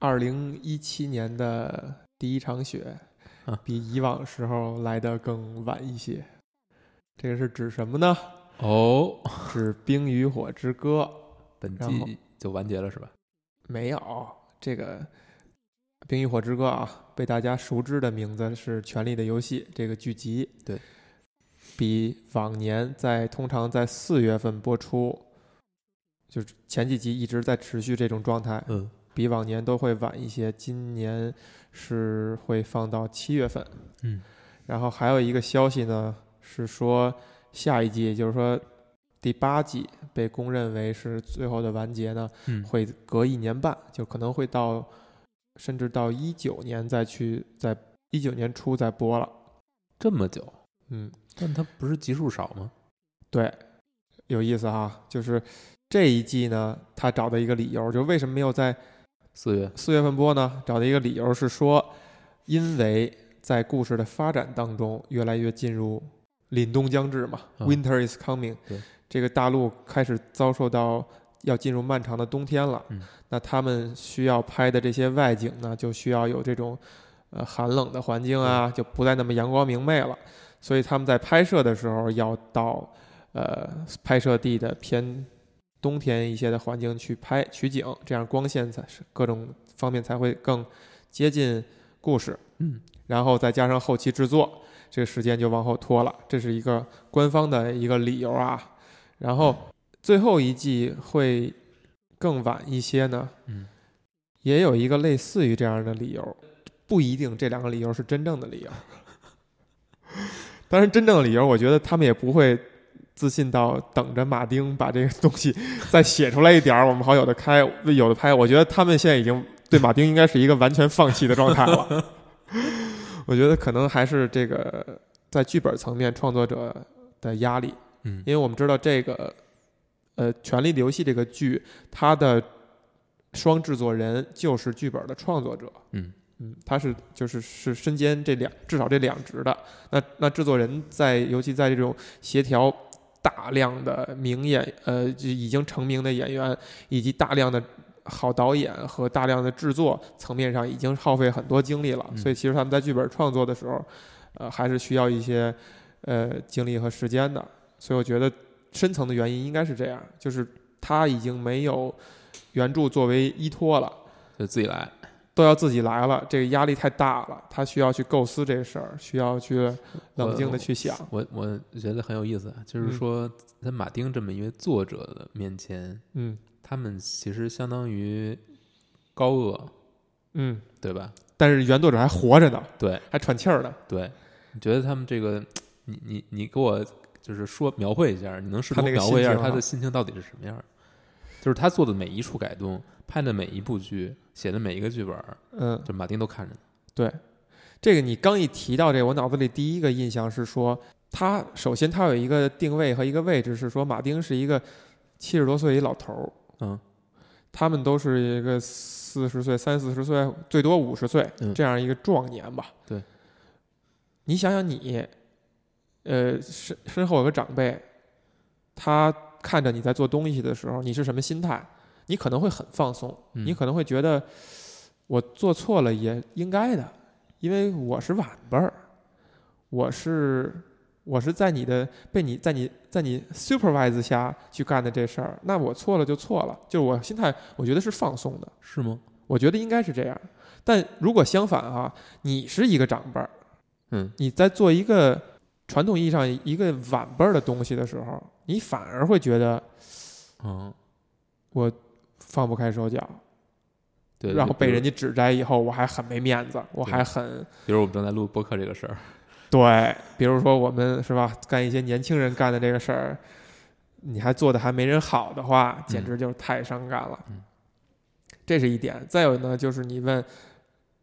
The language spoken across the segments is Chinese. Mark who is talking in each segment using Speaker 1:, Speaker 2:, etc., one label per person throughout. Speaker 1: 二零一七年的第一场雪
Speaker 2: 啊，
Speaker 1: 比以往时候来的更晚一些。这个是指什么呢？
Speaker 2: 哦，
Speaker 1: 指《冰与火之歌》。
Speaker 2: 本
Speaker 1: 然后
Speaker 2: 季就完结了是吧？
Speaker 1: 没有，这个《冰与火之歌》啊，被大家熟知的名字是《权力的游戏》这个剧集。
Speaker 2: 对，
Speaker 1: 比往年在通常在四月份播出，就是前几集一直在持续这种状态，
Speaker 2: 嗯，
Speaker 1: 比往年都会晚一些。今年是会放到七月份。
Speaker 2: 嗯，
Speaker 1: 然后还有一个消息呢，是说下一季，也就是说第八季被公认为是最后的完结呢。
Speaker 2: 嗯
Speaker 1: 会隔一年半，就可能会到，甚至到一九年再去，在一九年初再播了。
Speaker 2: 这么久，
Speaker 1: 嗯，
Speaker 2: 但它不是集数少吗？
Speaker 1: 对，有意思哈。就是这一季呢，他找的一个理由，就是为什么没有在
Speaker 2: 四月，
Speaker 1: 四月份播呢？找的一个理由是说，因为在故事的发展当中，越来越进入凛冬将至嘛、
Speaker 2: 嗯
Speaker 1: w i n t e r is coming，
Speaker 2: 对
Speaker 1: 这个大陆开始遭受到要进入漫长的冬天了。
Speaker 2: 嗯
Speaker 1: 那他们需要拍的这些外景呢，就需要有这种呃寒冷的环境啊，就不再那么阳光明媚了。所以他们在拍摄的时候要到呃拍摄地的偏冬天一些的环境去拍取景，这样光线才是各种方面才会更接近故事。
Speaker 2: 嗯，
Speaker 1: 然后再加上后期制作，这个时间就往后拖了，这是一个官方的一个理由啊。然后最后一季会更晚一些呢，
Speaker 2: 嗯，
Speaker 1: 也有一个类似于这样的理由，不一定这两个理由是真正的理由。当然，真正的理由，我觉得他们也不会自信到等着马丁把这个东西再写出来一点儿，我们好有的开，有的拍。我觉得他们现在已经对马丁应该是一个完全放弃的状态了。我觉得可能还是这个在剧本层面创作者的压力，
Speaker 2: 嗯
Speaker 1: 因为我们知道这个呃《权力的游戏》这个剧，它的双制作人就是剧本的创作者，
Speaker 2: 嗯
Speaker 1: 嗯，他是就是是身兼这两至少这两职的。那那制作人在尤其在这种协调大量的名演呃就已经成名的演员，以及大量的好导演和大量的制作层面上，已经耗费很多精力了。
Speaker 2: 嗯
Speaker 1: 所以其实他们在剧本创作的时候，呃，还是需要一些呃精力和时间的。所以我觉得深层的原因应该是这样，就是他已经没有原著作为依托了。
Speaker 2: 就自己来，
Speaker 1: 都要自己来了，这个压力太大了，他需要去构思这个事儿，需要去冷静的去想。
Speaker 2: 我我觉得很有意思啊，就是
Speaker 1: 嗯
Speaker 2: 说在马丁这么一位作者的面前，
Speaker 1: 嗯
Speaker 2: 他们其实相当于高鹗，
Speaker 1: 嗯，
Speaker 2: 对吧？
Speaker 1: 但是原作者还活着呢，
Speaker 2: 对
Speaker 1: 还喘气儿呢，
Speaker 2: 对，你觉得他们这个，你你你给我就是说描绘一下，你能试
Speaker 1: 他
Speaker 2: 图
Speaker 1: 那个
Speaker 2: 描绘一下
Speaker 1: 心情
Speaker 2: 他
Speaker 1: 哈
Speaker 2: 的心情到底是什么样儿？就是他做的每一处改动，拍的每一部剧，写的每一个剧本儿，
Speaker 1: 嗯，
Speaker 2: 就马丁都看着呢。
Speaker 1: 对，这个你刚一提到这个，我脑子里第一个印象是说，他首先他有一个定位和一个位置是说，马丁是一个七十多岁一老头儿，
Speaker 2: 嗯，
Speaker 1: 他们都是一个四十岁、三四十岁，最多五十岁、
Speaker 2: 嗯
Speaker 1: 这样一个壮年吧。
Speaker 2: 对，
Speaker 1: 你想想你，呃，身身后有个长辈，他看着你在做东西的时候，你是什么心态？你可能会很放松，
Speaker 2: 嗯
Speaker 1: 你可能会觉得我做错了也应该的，因为我是晚辈儿，我是我是在你的被你在你在你 supervise 下去干的这事儿，那我错了就错了，就是我心态我觉得是放松的，
Speaker 2: 是吗？
Speaker 1: 我觉得应该是这样。但如果相反啊，你是一个长辈儿，
Speaker 2: 嗯，
Speaker 1: 你在做一个传统意义上一个晚辈儿的东西的时候，你反而会觉得
Speaker 2: 嗯，
Speaker 1: 哦放不开手脚，
Speaker 2: 对。
Speaker 1: 然后被人
Speaker 2: 家，
Speaker 1: 家指摘以后，我还很没面子，我
Speaker 2: 对
Speaker 1: 还很
Speaker 2: 比如我们正在录播客这个事 儿，
Speaker 1: 对，比如说我们是吧，干一些年轻人干的这个事儿，你还做的还没人好的话，简直就是太伤感了。
Speaker 2: 嗯
Speaker 1: 这是一点。再有呢，就是你问，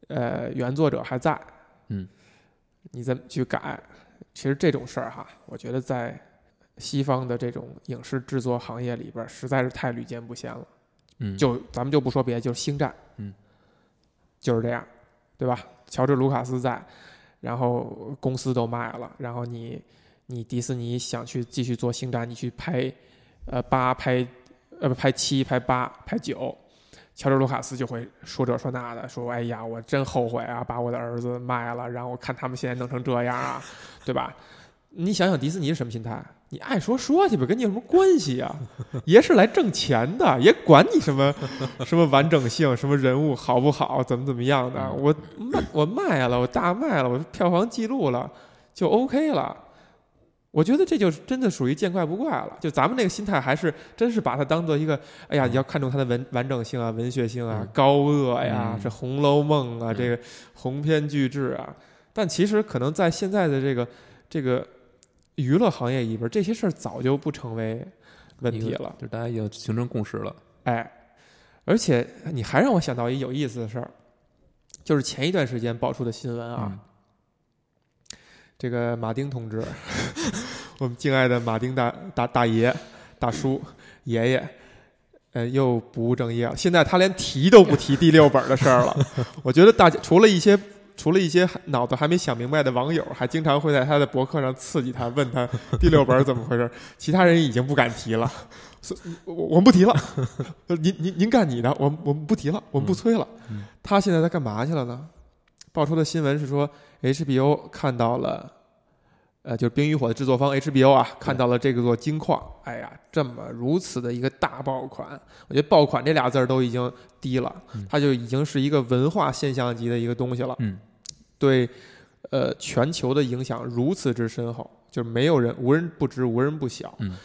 Speaker 1: 呃，原作者还在，
Speaker 2: 嗯，
Speaker 1: 你怎么去改？其实这种事儿哈，我觉得在西方的这种影视制作行业里边儿，实在是太屡见不鲜了。
Speaker 2: 嗯，
Speaker 1: 就咱们就不说别的，就是星战，
Speaker 2: 嗯，
Speaker 1: 就是这样，对吧？乔治·卢卡斯在，然后公司都卖了，然后你你迪士尼想去继续做星战，你去拍呃八拍呃不拍七拍八拍九，乔治·卢卡斯就会说这说那的，说哎呀，我真后悔啊，把我的儿子卖了，然后看他们现在弄成这样啊，对吧？你想想迪士尼是什么心态？你爱说说去吧，跟你有什么关系啊？爷是来挣钱的，也管你什么 什么完整性、什么人物好不好、怎么怎么样的。我卖我卖了，我大卖了，我票房记录了，就 OK 了。我觉得这就是真的属于见怪不怪了。就咱们那个心态，还是真是把它当做一个，哎呀，你要看重它的文完整性啊、文学性啊、
Speaker 2: 嗯
Speaker 1: 高恶呀、
Speaker 2: 嗯
Speaker 1: 这《红楼梦》啊、
Speaker 2: 嗯
Speaker 1: 这个鸿篇巨制啊。但其实可能在现在的这个这个娱乐行业里边，这些事儿早就不成为问题了。
Speaker 2: 就是大家已经形成共识了。
Speaker 1: 哎，而且你还让我想到一有意思的事儿，就是前一段时间爆出的新闻啊，
Speaker 2: 嗯
Speaker 1: 这个马丁同志， 我们敬爱的马丁大大大爷、大叔、爷爷，呃，又不务正业了。现在他连提都不提第六本的事儿了。 我觉得大家除了一些除了一些脑子还没想明白的网友，还经常会在他的博客上刺激他，问他第六本怎么回事儿，其他人已经不敢提 了。所以我我们不提了， 您您您干你的，我们我们不提了，我们不催了。
Speaker 2: 嗯嗯
Speaker 1: 他现在在干嘛去了呢？爆出的新闻是说 HBO 看到了，呃，就是《冰与火》的制作方 HBO 啊，看到了这个座金矿，哎呀，这么如此的一个大爆款，我觉得“爆款”这俩字儿都已经低了
Speaker 2: 嗯，
Speaker 1: 它就已经是一个文化现象级的一个东西了，
Speaker 2: 嗯
Speaker 1: 对，呃，全球的影响如此之深厚，就是没有人无人不知，无人不晓。
Speaker 2: 嗯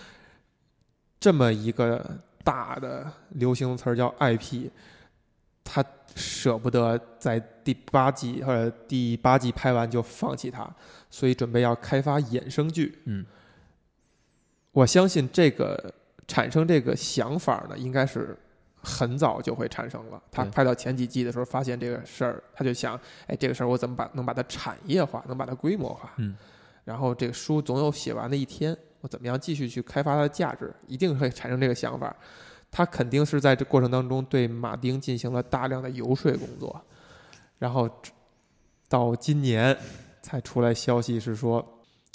Speaker 1: 这么一个大的流行词儿叫 IP，他舍不得在第八季或者第八季拍完就放弃它，所以准备要开发衍生剧。
Speaker 2: 嗯
Speaker 1: 我相信这个产生这个想法呢，应该是很早就会产生了。他
Speaker 2: 对
Speaker 1: 拍到前几季的时候，发现这个事儿，他就想，哎，这个事儿我怎么把能把它产业化，能把它规模化？
Speaker 2: 嗯，
Speaker 1: 然后这个书总有写完的一天，我怎么样继续去开发它的价值？一定会产生这个想法。他肯定是在这过程当中对马丁进行了大量的游说工作，然后到今年才出来消息是说，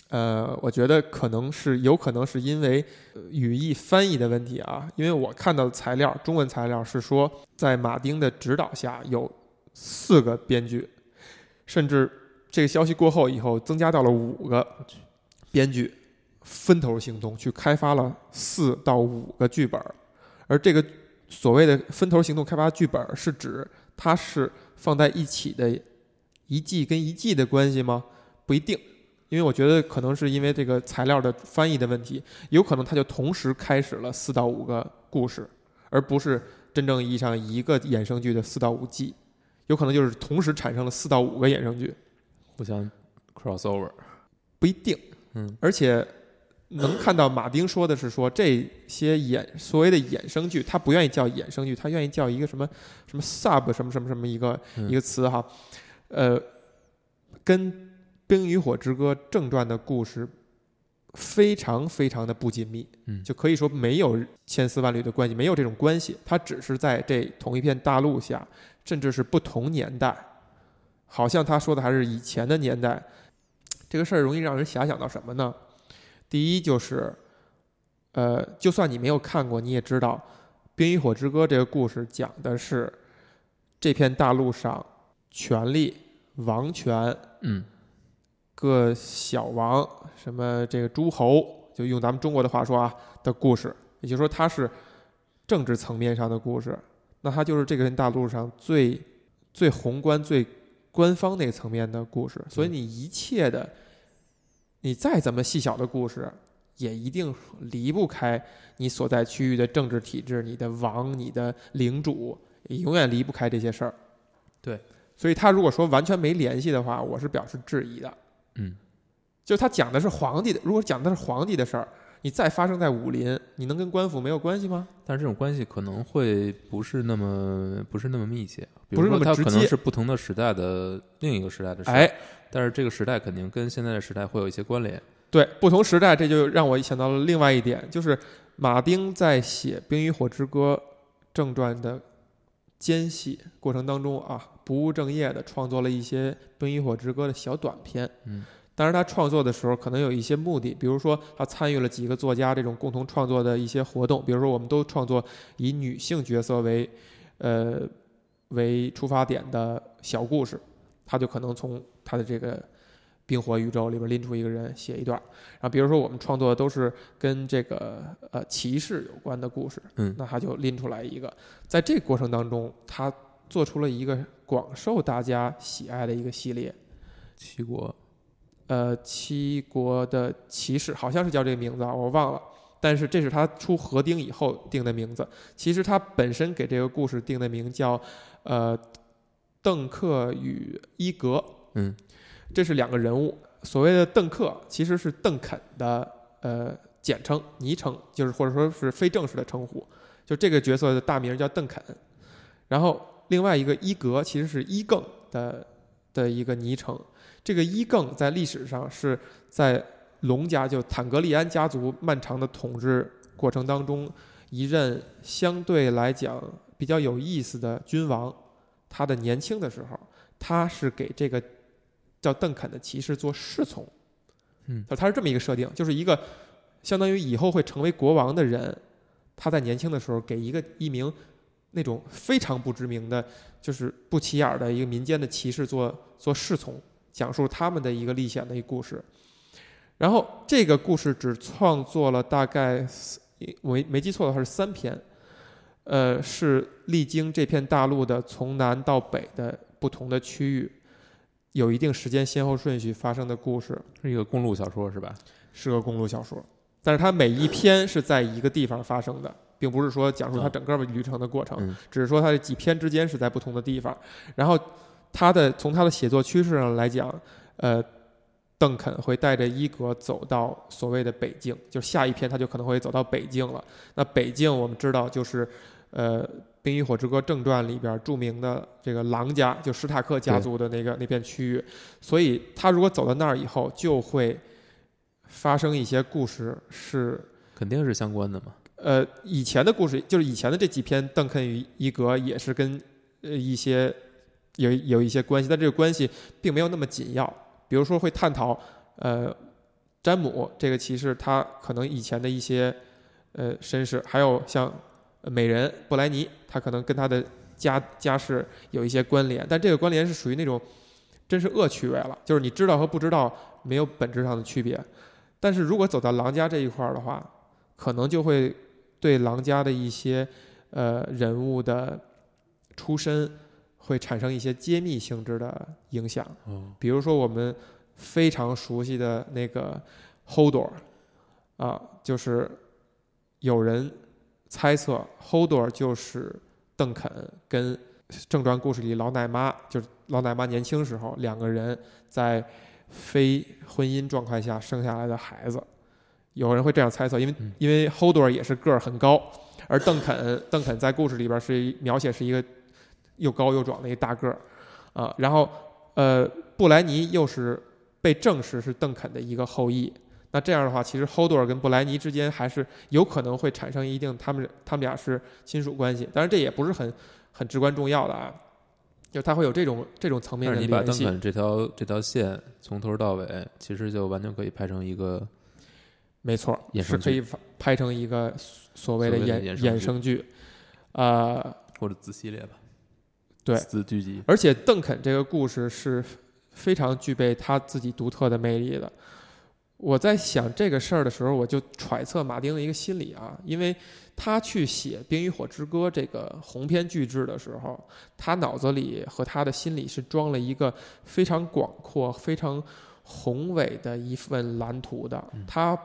Speaker 1: 呃，我觉得可能是有可能是因为呃语义翻译的问题啊，因为我看到的材料，中文材料是说，在马丁的指导下，有四个编剧，甚至这个消息过后以后，增加到了五个编剧，分头行动去开发了四到五个剧本儿，而这个所谓的分头行动开发剧本儿，是指它是放在一起的一季跟一季的关系吗？不一定。因为我觉得可能是因为这个材料的翻译的问题，有可能它就同时开始了四到五个故事，而不是真正意义上一个衍生剧的四到五季，有可能就是同时产生了四到五个衍生剧，
Speaker 2: 互相 crossover。
Speaker 1: 不一定。
Speaker 2: 嗯
Speaker 1: 而且能看到马丁说的是说这些衍所谓的衍生剧，他不愿意叫衍生剧，他愿意叫一个什么什么 sub 什么什么什么一个、
Speaker 2: 嗯
Speaker 1: 一个词哈，呃，跟《冰与火之歌》正传的故事非常非常的不紧密，
Speaker 2: 嗯
Speaker 1: 就可以说没有千丝万缕的关系，没有这种关系，它只是在这同一片大陆下，甚至是不同年代，好像他说的还是以前的年代。这个事儿容易让人遐想到什么呢？第一就是，呃，就算你没有看过，你也知道，《冰与火之歌》这个故事讲的是这片大陆上权力、王权、
Speaker 2: 嗯
Speaker 1: 各小王、什么这个诸侯，就用咱们中国的话说啊的故事，也就是说它是政治层面上的故事，那它就是这个大陆上最最宏观、最官方那个层面的故事。所以你一切的，你再怎么细小的故事，也一定离不开你所在区域的政治体制、你的王、你的领主，也永远离不开这些事儿。
Speaker 2: 对，
Speaker 1: 所以他如果说完全没联系的话，我是表示质疑的。
Speaker 2: 嗯，
Speaker 1: 就他讲的是皇帝的，如果讲的是皇帝的事儿，你再发生在武林，你能跟官府没有关系吗？
Speaker 2: 但是这种关系可能会不是那么不是那么密切，比
Speaker 1: 不
Speaker 2: 如
Speaker 1: 是那
Speaker 2: 说
Speaker 1: 么
Speaker 2: 它
Speaker 1: 直
Speaker 2: 可能
Speaker 1: 接
Speaker 2: 是不同的时代的另一个时代的事，
Speaker 1: 哎，，
Speaker 2: 但是这个时代肯定跟现在的时代会有一些关联。
Speaker 1: 对，不同时代，这就让我想到了另外一点，就是马丁在写《冰与火之歌》正传的间隙过程当中啊，不务正业的创作了一些《冰与火之歌》的小短篇。
Speaker 2: 嗯，
Speaker 1: 当然他创作的时候可能有一些目的，比如说他参与了几个作家这种共同创作的一些活动，比如说我们都创作以女性角色为。呃为出发点的小故事，他就可能从他的这个冰火宇宙里边拎出一个人写一段儿。然后比如说我们创作的都是跟这个呃骑士有关的故事，
Speaker 2: 嗯
Speaker 1: 那他就拎出来一个，在这个过程当中，他做出了一个广受大家喜爱的一个系列。
Speaker 2: 齐国，
Speaker 1: 呃，七国的骑士好像是叫这个名字啊，我忘了。但是这是他出河丁以后定的名字。其实他本身给这个故事定的名叫，呃，邓克与伊格，
Speaker 2: 嗯，
Speaker 1: 这是两个人物。所谓的邓克其实是邓肯的呃简称、昵称，就是或者说是非正式的称呼。就这个角色的大名叫邓肯，然后另外一个伊格其实是伊更的的一个昵称。这个伊更在历史上是在龙家，就坦格利安家族漫长的统治过程当中，一任相对来讲比较有意思的君王。他的年轻的时候，他是给这个叫邓肯的骑士做侍从，
Speaker 2: 嗯，
Speaker 1: 他是这么一个设定，就是一个相当于以后会成为国王的人，他在年轻的时候给一个一名那种非常不知名的，就是不起眼儿的一个民间的骑士做做侍从，讲述他们的一个历险的一个故事。然后这个故事只创作了大概四，我没没记错的话是三篇，呃，是历经这片大陆的从南到北的不同的区域，有一定时间先后顺序发生的故事，
Speaker 2: 是一个公路小说是吧？
Speaker 1: 是个公路小说，但是它每一篇是在一个地方发生的，并不是说讲述它
Speaker 2: 嗯
Speaker 1: 整个旅程的过程，
Speaker 2: 嗯
Speaker 1: 只是说它的几篇之间是在不同的地方。然后，它的从它的写作趋势上来讲，呃，邓肯会带着伊格走到所谓的北境，就是下一篇他就可能会走到北境了。那北境我们知道就是，呃。《冰与火之歌正传》里边著名的这个狼家，就史塔克家族的那个那片区域，所以他如果走到那儿以后，就会发生一些故事是，
Speaker 2: 肯定是相关的嘛。
Speaker 1: 呃，以前的故事就是以前的这几篇《邓肯与伊格》也是跟呃一些有有一些关系，但这个关系并没有那么紧要。比如说会探讨，呃，詹姆这个骑士他可能以前的一些呃身世，还有像美人布莱尼，他可能跟他的家家世有一些关联，但这个关联是属于那种真是恶趣味了，就是你知道和不知道没有本质上的区别。但是如果走到狼家这一块儿的话，可能就会对狼家的一些呃人物的出身会产生一些揭秘性质的影响。
Speaker 2: 哦，
Speaker 1: 比如说我们非常熟悉的那个 Hodor，啊，就是有人猜测 Hodor 就是邓肯跟正传故事里老奶妈，就是老奶妈年轻时候两个人在非婚姻状态下生下来的孩子。有人会这样猜测，因为
Speaker 2: 嗯
Speaker 1: 因为 Hodor 也是个儿很高，而邓肯 邓肯在故事里边是一描写是一个又高又壮的一大个儿啊，然后呃，布莱尼又是被证实是邓肯的一个后裔。那这样的话，其实 Hodor 跟布莱尼之间还是有可能会产生一定他们他们俩是亲属关系，当然这也不是很很至关重要的啊，就他会有这种这种层面
Speaker 2: 但
Speaker 1: 的
Speaker 2: 是你把
Speaker 1: 联
Speaker 2: 邓
Speaker 1: 系。
Speaker 2: 肯这条这条线从头到尾，其实就完全可以拍成一个
Speaker 1: 没错，
Speaker 2: 衍
Speaker 1: 是
Speaker 2: 生
Speaker 1: 可以发拍成一个所所谓的
Speaker 2: 所谓的
Speaker 1: 衍
Speaker 2: 衍生剧
Speaker 1: 衍生剧，呃，
Speaker 2: 或者子系列吧。
Speaker 1: 对
Speaker 2: 子剧集。
Speaker 1: 而且邓肯这个故事是非常具备他自己独特的魅力的。我在想这个事儿的时候，我就揣测马丁的一个心理啊，因为他去写《冰与火之歌》这个鸿篇巨制的时候，他脑子里和他的心里是装了一个非常广阔、非常宏伟的一份蓝图的
Speaker 2: 嗯。
Speaker 1: 他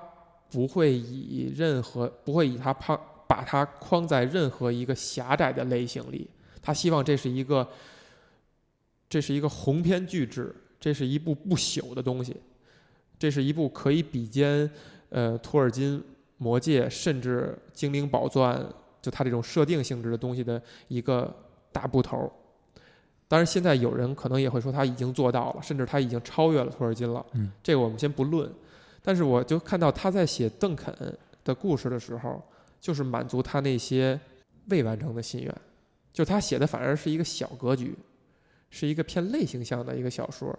Speaker 1: 不会以任何不会以他框把它框在任何一个狭窄的类型里。他希望这是一个这是一个鸿篇巨制，这是一部不朽的东西，这是一部可以比肩呃托尔金、魔戒，甚至精灵宝钻，就它这种设定性质的东西的一个大部头。当然，现在有人可能也会说他已经做到了，甚至他已经超越了托尔金了。
Speaker 2: 嗯，
Speaker 1: 这个我们先不论。但是我就看到他在写邓肯的故事的时候，就是满足他那些未完成的心愿，就他写的反而是一个小格局，是一个偏类型向的一个小说。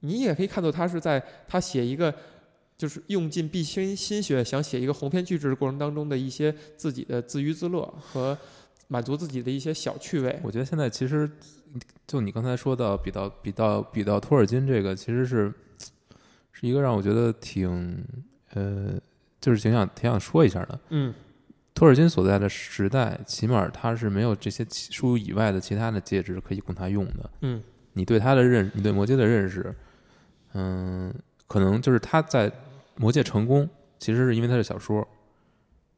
Speaker 1: 你也可以看作他是在他写一个，就是用尽毕生心血想写一个鸿篇巨制的过程当中的一些自己的自娱自乐和满足自己的一些小趣味。
Speaker 2: 我觉得现在其实，就你刚才说到比到比到比到托尔金这个，其实是是一个让我觉得挺呃，就是挺想挺想说一下的。
Speaker 1: 嗯
Speaker 2: 托尔金所在的时代，起码他是没有这些其书以外的其他的介质可以供他用的。
Speaker 1: 嗯
Speaker 2: 你对他的认，你对魔戒的认识，嗯，可能就是他在魔戒成功，其实是因为他的小说，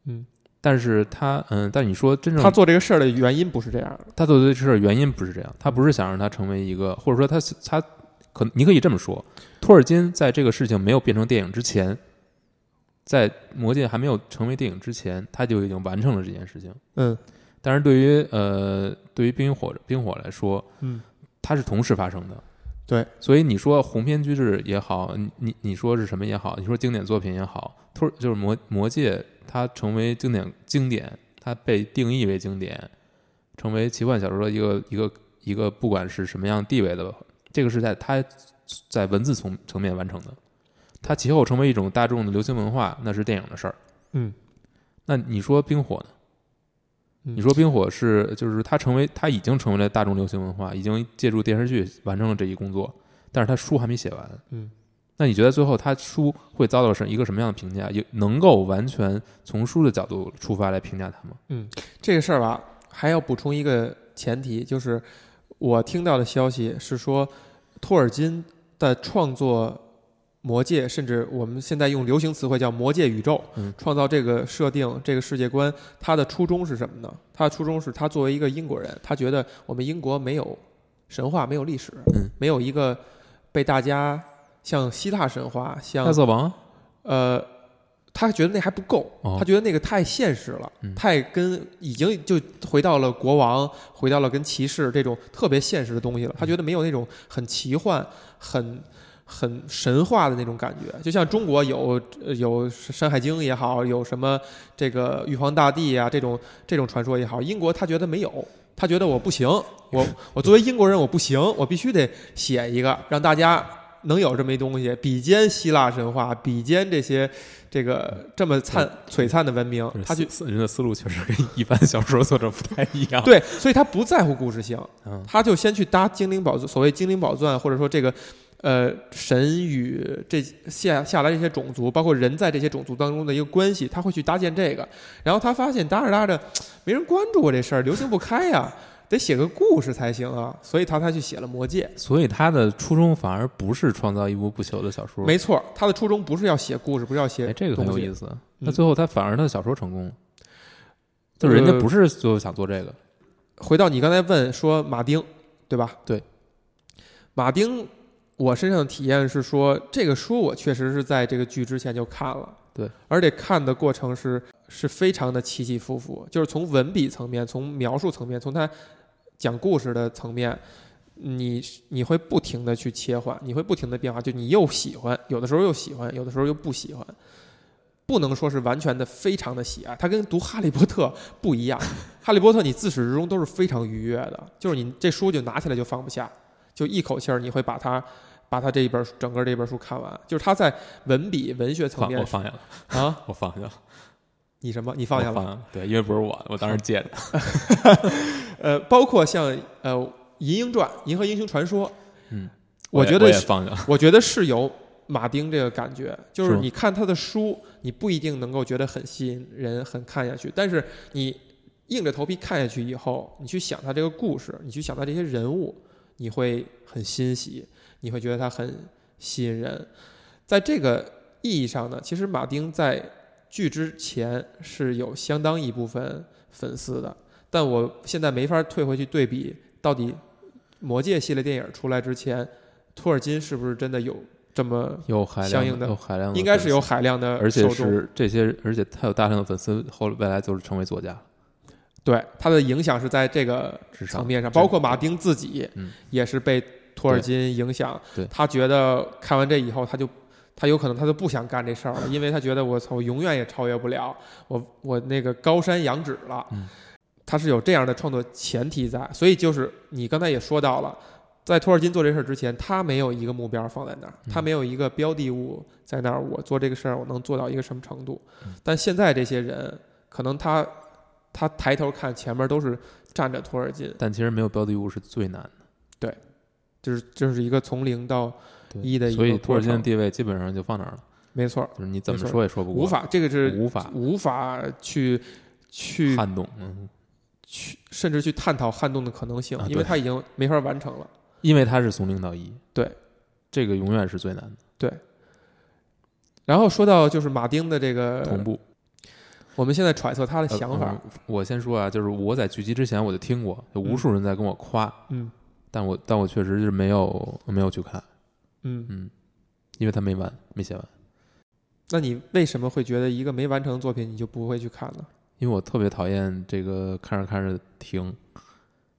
Speaker 1: 嗯，
Speaker 2: 但是他，嗯，但你说真正
Speaker 1: 他做这个事儿的原因不是这样的。
Speaker 2: 他做这事儿原因不是这样，他不是想让他成为一个，或者说他他可你可以这么说，托尔金在这个事情没有变成电影之前，在魔戒还没有成为电影之前，他就已经完成了这件事情。
Speaker 1: 嗯
Speaker 2: 但是对于呃对于冰与火冰火来说，
Speaker 1: 嗯
Speaker 2: 它是同时发生的。
Speaker 1: 对，
Speaker 2: 所以你说鸿篇巨制也好，你你你说是什么也好，你说经典作品也好，突然就是魔魔界它成为经典经典，它被定义为经典，成为奇幻小说的一个一个一个，不管是什么样地位的，这个是在它在文字层层面完成的，它其后成为一种大众的流行文化，那是电影的事儿。
Speaker 1: 嗯，
Speaker 2: 那你说冰火呢？
Speaker 1: 嗯
Speaker 2: 你说冰火是，就是它成为，它已经成为了大众流行文化，已经借助电视剧完成了这一工作，但是他书还没写完。
Speaker 1: 嗯，
Speaker 2: 那你觉得最后他书会遭到什一个什么样的评价？也能够完全从书的角度出发来评价它吗？
Speaker 1: 这个事儿吧，还要补充一个前提，就是我听到的消息是说，托尔金的创作《魔界》，甚至我们现在用流行词汇叫“魔界宇宙”，
Speaker 2: 嗯
Speaker 1: 创造这个设定、这个世界观，他的初衷是什么呢？他的初衷是他作为一个英国人，他觉得我们英国没有神话，没有历史，
Speaker 2: 嗯
Speaker 1: 没有一个被大家像希腊神话、像
Speaker 2: 亚瑟王
Speaker 1: 呃，他觉得那还不够，
Speaker 2: 哦
Speaker 1: 他觉得那个太现实了，
Speaker 2: 嗯
Speaker 1: 太跟已经就回到了国王，回到了跟骑士这种特别现实的东西
Speaker 2: 嗯
Speaker 1: 了。他觉得没有那种很奇幻、很很神话的那种感觉，就像中国有呃有《山海经》也好，有什么这个玉皇大帝啊这种这种传说也好，英国他觉得没有。他觉得我不行，我我作为英国人我不行，我必须得写一个让大家能有这么一东西，比肩希腊神话，比肩这些这个这么灿璀璨的文明，他就
Speaker 2: 思人的思路确实跟一般小说作者不太一样。，
Speaker 1: 对，所以他不在乎故事性，
Speaker 2: 啊嗯
Speaker 1: 他就先去搭精灵宝钻，所谓精灵宝钻，或者说这个呃神与这下下来这些种族，包括人在这些种族当中的一个关系，他会去搭建这个。然后他发现搭着搭着，没人关注我这事儿，流行不开呀、得写个故事才行啊，所以他才去写了《魔戒》。
Speaker 2: 所以他的初衷反而不是创造一部不朽的小说。
Speaker 1: 没错，他的初衷不是要写故事，不是要写
Speaker 2: 哎，这个很有
Speaker 1: 东西
Speaker 2: 意思。那最后他反而他的小说成功了，就是人家
Speaker 1: 呃
Speaker 2: 不是最后想做这个。
Speaker 1: 回到你刚才问说马丁，对吧？
Speaker 2: 对，
Speaker 1: 马丁，我身上的体验是说，这个书我确实是在这个剧之前就看了，
Speaker 2: 对，
Speaker 1: 而且看的过程是是非常的起起伏伏，就是从文笔层面、从描述层面、从他讲故事的层面。你你会不停的去切换，你会不停的变化，就你又喜欢，有的时候又喜欢，有的时候又不喜欢，不能说是完全的非常的喜爱，它跟读《哈利波特》不一样， 哈利波特你自始至终都是非常愉悦的，就是你这书就拿起来就放不下，就一口气儿你会把它把它这一本儿整个这本书看完，就是它在文笔文学层
Speaker 2: 放我
Speaker 1: 面
Speaker 2: 放下了，
Speaker 1: 啊，
Speaker 2: 我放下了，
Speaker 1: 你什么你放下
Speaker 2: 我
Speaker 1: 了？
Speaker 2: 放下了。对，因为不是我，我当时借的。
Speaker 1: 呃，包括像呃《银鹰传》《银河英雄传说》，
Speaker 2: 嗯，
Speaker 1: 我
Speaker 2: 也
Speaker 1: 觉得
Speaker 2: 我也
Speaker 1: 是
Speaker 2: 放下了。
Speaker 1: 我觉得是有马丁这个感觉，就是是
Speaker 2: 吗
Speaker 1: 你看他的书，你不一定能够觉得很吸引人、很看下去，但是你硬着头皮看下去以后，你去想他这个故事，你去想他这些人物，你会很欣喜，你会觉得他很吸引人。在这个意义上呢，其实马丁在剧之前是有相当一部分粉丝的，但我现在没法退回去对比到底《魔戒》系列电影出来之前，托尔金是不是真的有这么，
Speaker 2: 有海量
Speaker 1: 相应的
Speaker 2: 有海量的，
Speaker 1: 应该是有，海量的
Speaker 2: 而且
Speaker 1: 受众，
Speaker 2: 是这些，而且他有大量的粉丝，后来未来就是成为作家，
Speaker 1: 对它的影响是在这个
Speaker 2: 至少
Speaker 1: 层面上，包括马丁自己
Speaker 2: 嗯
Speaker 1: 也是被托尔金影响
Speaker 2: 对，
Speaker 1: 他觉得看完这以后，他就他有可能他就不想干这事
Speaker 2: 嗯
Speaker 1: 儿了，因为他觉得我操，我永远也超越不了我我那个高山仰止了
Speaker 2: 嗯，
Speaker 1: 他是有这样的创作前提在，所以就是你刚才也说到了。在托尔金做这事儿之前，他没有一个目标放在那儿，
Speaker 2: 嗯
Speaker 1: 他没有一个标的物在那儿。我做这个事儿，我能做到一个什么程度
Speaker 2: 嗯？
Speaker 1: 但现在这些人，可能他他抬头看前面都是站着托尔金，
Speaker 2: 但其实没有标的物是最难的。
Speaker 1: 就是就是一个从零到
Speaker 2: 对
Speaker 1: 一的一个
Speaker 2: 所以托尔金的
Speaker 1: 过程
Speaker 2: 地位基本上就放那儿了，
Speaker 1: 没错儿，
Speaker 2: 就是你怎
Speaker 1: 没
Speaker 2: 么
Speaker 1: 错
Speaker 2: 说也说不过，
Speaker 1: 无法这个是
Speaker 2: 无法
Speaker 1: 无法去去
Speaker 2: 撼动。嗯，
Speaker 1: 去甚至去探讨撼动的可能性
Speaker 2: 啊，
Speaker 1: 因为
Speaker 2: 对
Speaker 1: 他已经没法完成了。
Speaker 2: 因为它是从零到一，
Speaker 1: 对，
Speaker 2: 这个永远是最难的，
Speaker 1: 然后说到就是马丁的这个
Speaker 2: 同步。
Speaker 1: 我们现在揣测他的呃想法
Speaker 2: 呃，嗯我先说啊，就是我在剧集之前我就听过，有无数人在跟我夸，
Speaker 1: 嗯
Speaker 2: 但我但我确实是没有没有去看，
Speaker 1: 嗯，
Speaker 2: 嗯，因为他没完，没写完，
Speaker 1: 那你为什么会觉得一个没完成的作品你就不会去看呢？
Speaker 2: 因为我特别讨厌这个看着看着停，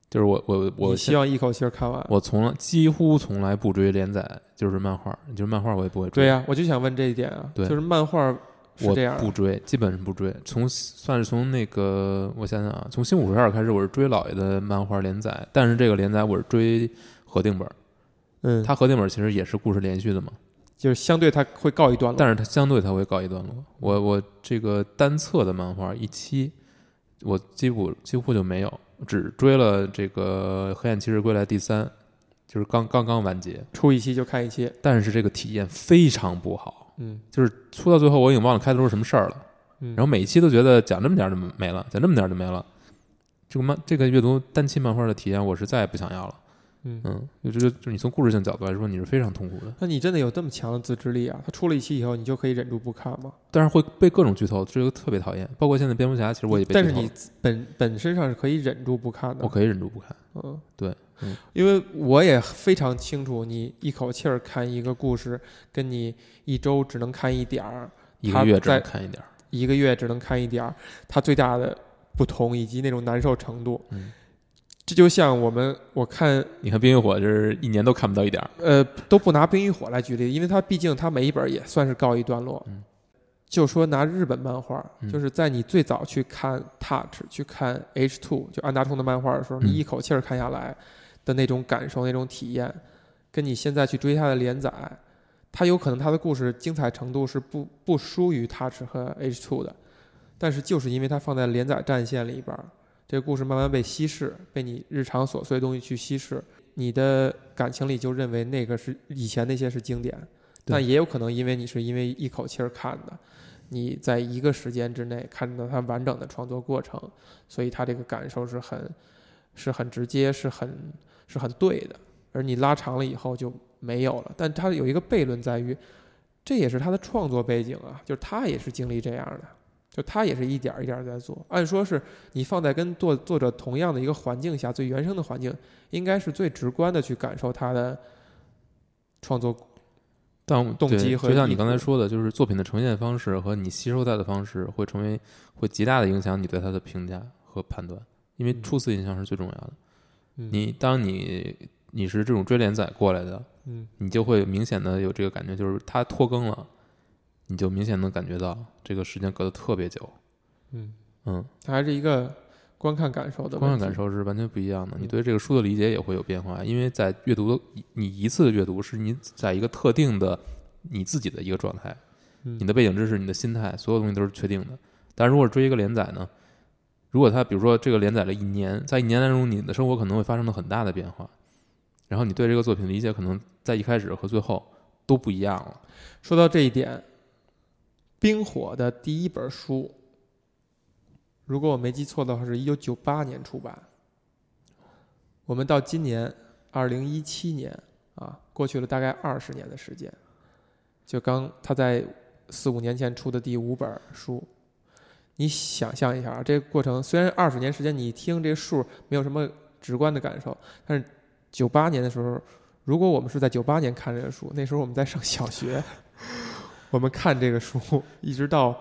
Speaker 2: 就是我我我
Speaker 1: 你希
Speaker 2: 现
Speaker 1: 望一口气儿看完？
Speaker 2: 我从来几乎从来不追连载，就是漫画，就是漫画我也不会追，
Speaker 1: 对呀、我就想问这一点啊，
Speaker 2: 对
Speaker 1: 就是漫画是
Speaker 2: 我
Speaker 1: 这样的
Speaker 2: 不追，基本上不追。从算是从那个，我想想啊，从新五十二开始，我是追老爷的漫画连载，但是这个连载我是追合订本儿。
Speaker 1: 嗯，
Speaker 2: 它合订本儿其实也是故事连续的嘛，
Speaker 1: 就是相对它会告一段落。
Speaker 2: 但是它相对它会告一段落。我我这个单册的漫画一期，我几乎几乎就没有，只追了这个《黑暗骑士归来》第三，就是刚刚刚完结，
Speaker 1: 出一期就看一期，
Speaker 2: 但是这个体验非常不好。
Speaker 1: 嗯
Speaker 2: 就是出到最后，我已经忘了开头是什么事儿了。
Speaker 1: 嗯，
Speaker 2: 然后每一期都觉得讲这么点儿就没了，讲这么点儿就没了。这个漫这个阅读单期漫画的体验，我是再也不想要了。
Speaker 1: 嗯，
Speaker 2: 嗯，就就就你从故事性角度来说，你是非常痛苦的，
Speaker 1: 那你真的有这么强的自制力啊？他出了一期以后，你就可以忍住不看吗？
Speaker 2: 但是会被各种剧透，这个特别讨厌。包括现在蝙蝠侠，其实我也被
Speaker 1: 但
Speaker 2: 剧
Speaker 1: 是
Speaker 2: 透
Speaker 1: 你
Speaker 2: 了，
Speaker 1: 本本身上是可以忍住不看
Speaker 2: 我
Speaker 1: 的。
Speaker 2: 可以忍住不看。
Speaker 1: 嗯，
Speaker 2: 对嗯
Speaker 1: 因为我也非常清楚，你一口气儿看一个故事，跟你一周只能看一点儿，
Speaker 2: 一
Speaker 1: 他
Speaker 2: 个月只能
Speaker 1: 在
Speaker 2: 看一点儿，
Speaker 1: 一个月只能看一点儿，它最大的不同以及那种难受程度，
Speaker 2: 嗯
Speaker 1: 这就像我们我看
Speaker 2: 你看《冰与火》就是一年都看不到一点儿，
Speaker 1: 呃，都不拿《冰与火》来举例，因为它毕竟它每一本也算是告一段落。
Speaker 2: 嗯
Speaker 1: 就说拿日本漫画，
Speaker 2: 嗯
Speaker 1: 就是在你最早去看 Touch、去看 H Two，就安达充的漫画的时候，
Speaker 2: 嗯
Speaker 1: 你一口气儿看下来的那种感受、那种体验，跟你现在去追它的连载，它有可能它的故事精彩程度是不不输于 Touch 和 H Two 的，但是就是因为它放在连载战线里边儿，这个故事慢慢被稀释，被你日常琐碎的东西去稀释，你的感情里就认为那个是以前那些是经典，
Speaker 2: 对
Speaker 1: 但也有可能因为你是因为一口气儿看的，你在一个时间之内看到它完整的创作过程，所以它这个感受是很是很直接，是很是很对的。而你拉长了以后就没有了，但它有一个悖论在于，这也是他的创作背景啊，就是他也是经历这样的，就他也是一点儿一点儿在做。按说是你放在跟作作者同样的一个环境下，最原生的环境，应该是最直观的去感受他的创作。
Speaker 2: 但
Speaker 1: 动
Speaker 2: 对
Speaker 1: 机和
Speaker 2: 就像你
Speaker 1: 意图
Speaker 2: 刚才说的，就是作品的呈现方式和你吸收它的方式，会成为会极大的影响你对它的评价和判断，因为
Speaker 1: 嗯
Speaker 2: 初次印象是最重要的。
Speaker 1: 嗯
Speaker 2: 你当你你是这种追连载过来的，
Speaker 1: 嗯
Speaker 2: 你就会明显的有这个感觉，就是它拖更了，你就明显能感觉到这个时间隔得特别久。
Speaker 1: 嗯，
Speaker 2: 嗯，
Speaker 1: 它还是一个观看感受的
Speaker 2: 观看
Speaker 1: 问
Speaker 2: 感
Speaker 1: 题。
Speaker 2: 受是完全不一样的，
Speaker 1: 嗯
Speaker 2: 你对这个书的理解也会有变化，因为在阅读的你一次的阅读是你在一个特定的你自己的一个状态，
Speaker 1: 嗯
Speaker 2: 你的背景知识、你的心态，所有东西都是确定的。但如果追一个连载呢，如果它比如说这个连载了一年，在一年当中，你的生活可能会发生了很大的变化，然后你对这个作品的理解可能在一开始和最后都不一样了。
Speaker 1: 说到这一点，《冰火》的第一本书，如果我没记错的话，是一九九八年出版。我们到今年二零一七年啊，过去了大概二十年的时间，就刚他在四五年前出的第五本书。你想象一下啊，这个过程虽然二十年时间，你听这数没有什么直观的感受，但是九八年的时候，如果我们是在九八年看这个书，那时候我们在上小学， 我们看这个书，一直到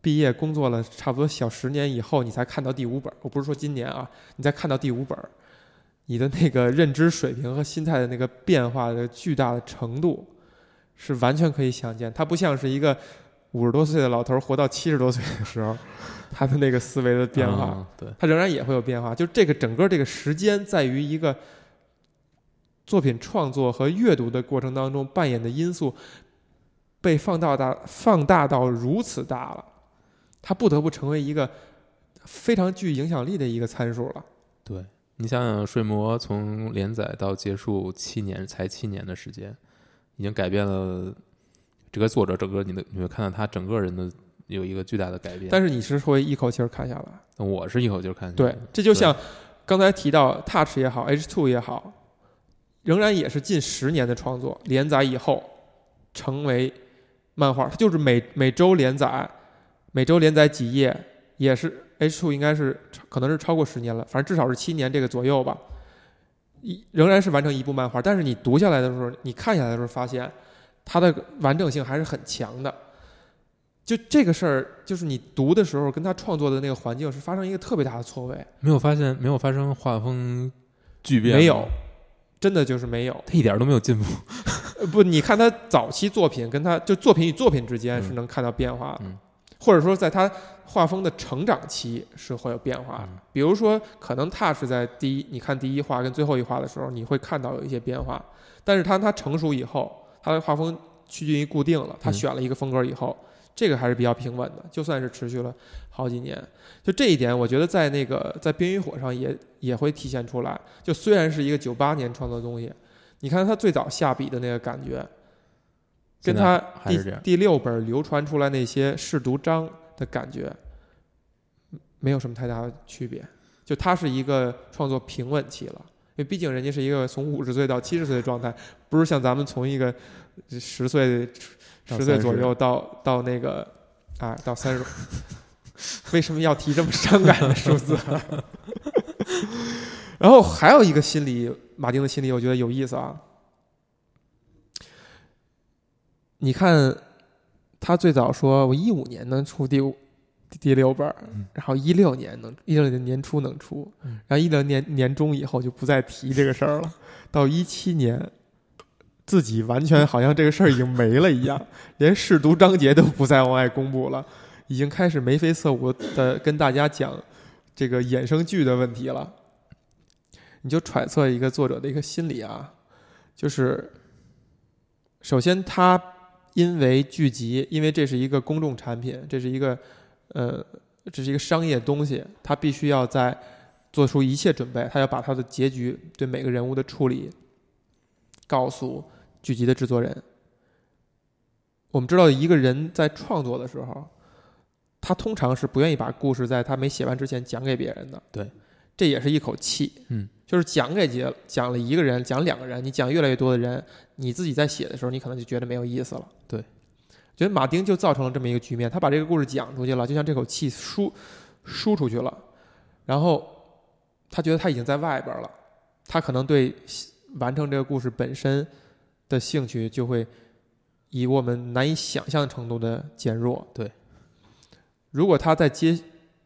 Speaker 1: 毕业工作了差不多小十年以后，你才看到第五本儿。我不是说今年啊，你才看到第五本儿，你的那个认知水平和心态的那个变化的巨大的程度，是完全可以想见。他不像是一个五十多岁的老头儿活到七十多岁的时候，他的那个思维的变化。
Speaker 2: 嗯对，
Speaker 1: 它仍然也会有变化。就这个整个这个时间，在于一个作品创作和阅读的过程当中扮演的因素被放大大放大到如此大了，它不得不成为一个非常具影响力的一个参数了。
Speaker 2: 对你想想，《睡魔》从连载到结束七年，才七年的时间，已经改变了这个作者整个你的，你会看到他整个人的有一个巨大的改变。
Speaker 1: 但是你是会一口气儿看下来，
Speaker 2: 我是一口气儿看下来
Speaker 1: 对
Speaker 2: 的，，
Speaker 1: 这就像刚才提到 Touch 也好，H Two 也好，仍然也是近十年的创作，连载以后成为漫画，它就是每每周连载，每周连载几页，也是 H Two 应该是可能是超过十年了，反正至少是七年这个左右吧，一仍然是完成一部漫画，但是你读下来的时候，你看下来的时候发现它的完整性还是很强的。就这个事儿，就是你读的时候跟他创作的那个环境是发生一个特别大的错位，
Speaker 2: 没有发现没有发生画风巨变，
Speaker 1: 没有，，真的就是没有。
Speaker 2: 他一点都没有进步。
Speaker 1: 呃不，你看他早期作品跟他就作品与作品之间
Speaker 2: 嗯
Speaker 1: 是能看到变化的，
Speaker 2: 嗯
Speaker 1: 或者说在他画风的成长期是会有变化的。
Speaker 2: 嗯
Speaker 1: 比如说，可能他是在第一，你看第一话跟最后一话的时候，你会看到有一些变化，但是他他成熟以后，他的画风趋近于固定了，他
Speaker 2: 嗯
Speaker 1: 选了一个风格以后。这个还是比较平稳的，就算是持续了好几年，就这一点，我觉得在那个在《冰与火》上也也会体现出来。就虽然是一个九八年创作的东西，你看他最早下笔的那个感觉，跟
Speaker 2: 现在
Speaker 1: 他
Speaker 2: 还
Speaker 1: 第
Speaker 2: 是这样
Speaker 1: 第六本流传出来那些试读章的感觉，没有什么太大的区别。就他是一个创作平稳期了，因为毕竟人家是一个从五十岁到七十岁的状态，不是像咱们从一个十岁
Speaker 2: 到
Speaker 1: 十岁
Speaker 2: 30
Speaker 1: 左右到到那个啊到三十。 为什么要提这么伤感的数字？ 然后还有一个心理，马丁的心理，我觉得有意思啊。你看，他最早说我一五年能出第五、第六本儿
Speaker 2: 嗯，
Speaker 1: 然后一六年能一六年年初能出
Speaker 2: 嗯，
Speaker 1: 然后一六年年中以后就不再提这个事儿了。到一七年，自己完全好像这个事儿已经没了一样，连试读章节都不再往外公布了，已经开始眉飞色舞的跟大家讲这个衍生剧的问题了。你就揣测一个作者的一个心理啊，就是首先他因为剧集，因为这是一个公众产品，这是一个呃，这是一个商业东西，他必须要在做出一切准备，他要把他的结局对每个人物的处理告诉剧集的制作人。我们知道，一个人在创作的时候，他通常是不愿意把故事在他没写完之前讲给别人的。
Speaker 2: 对，
Speaker 1: 这也是一口气。
Speaker 2: 嗯，
Speaker 1: 就是讲给结讲了一个人，讲两个人，你讲越来越多的人，你自己在写的时候，你可能就觉得没有意思了。
Speaker 2: 对，
Speaker 1: 觉得马丁就造成了这么一个局面，他把这个故事讲出去了，就像这口气输输出去了，然后他觉得他已经在外边了，他可能对完成这个故事本身的兴趣就会以我们难以想象程度的减弱。
Speaker 2: 对，
Speaker 1: 如果他再坚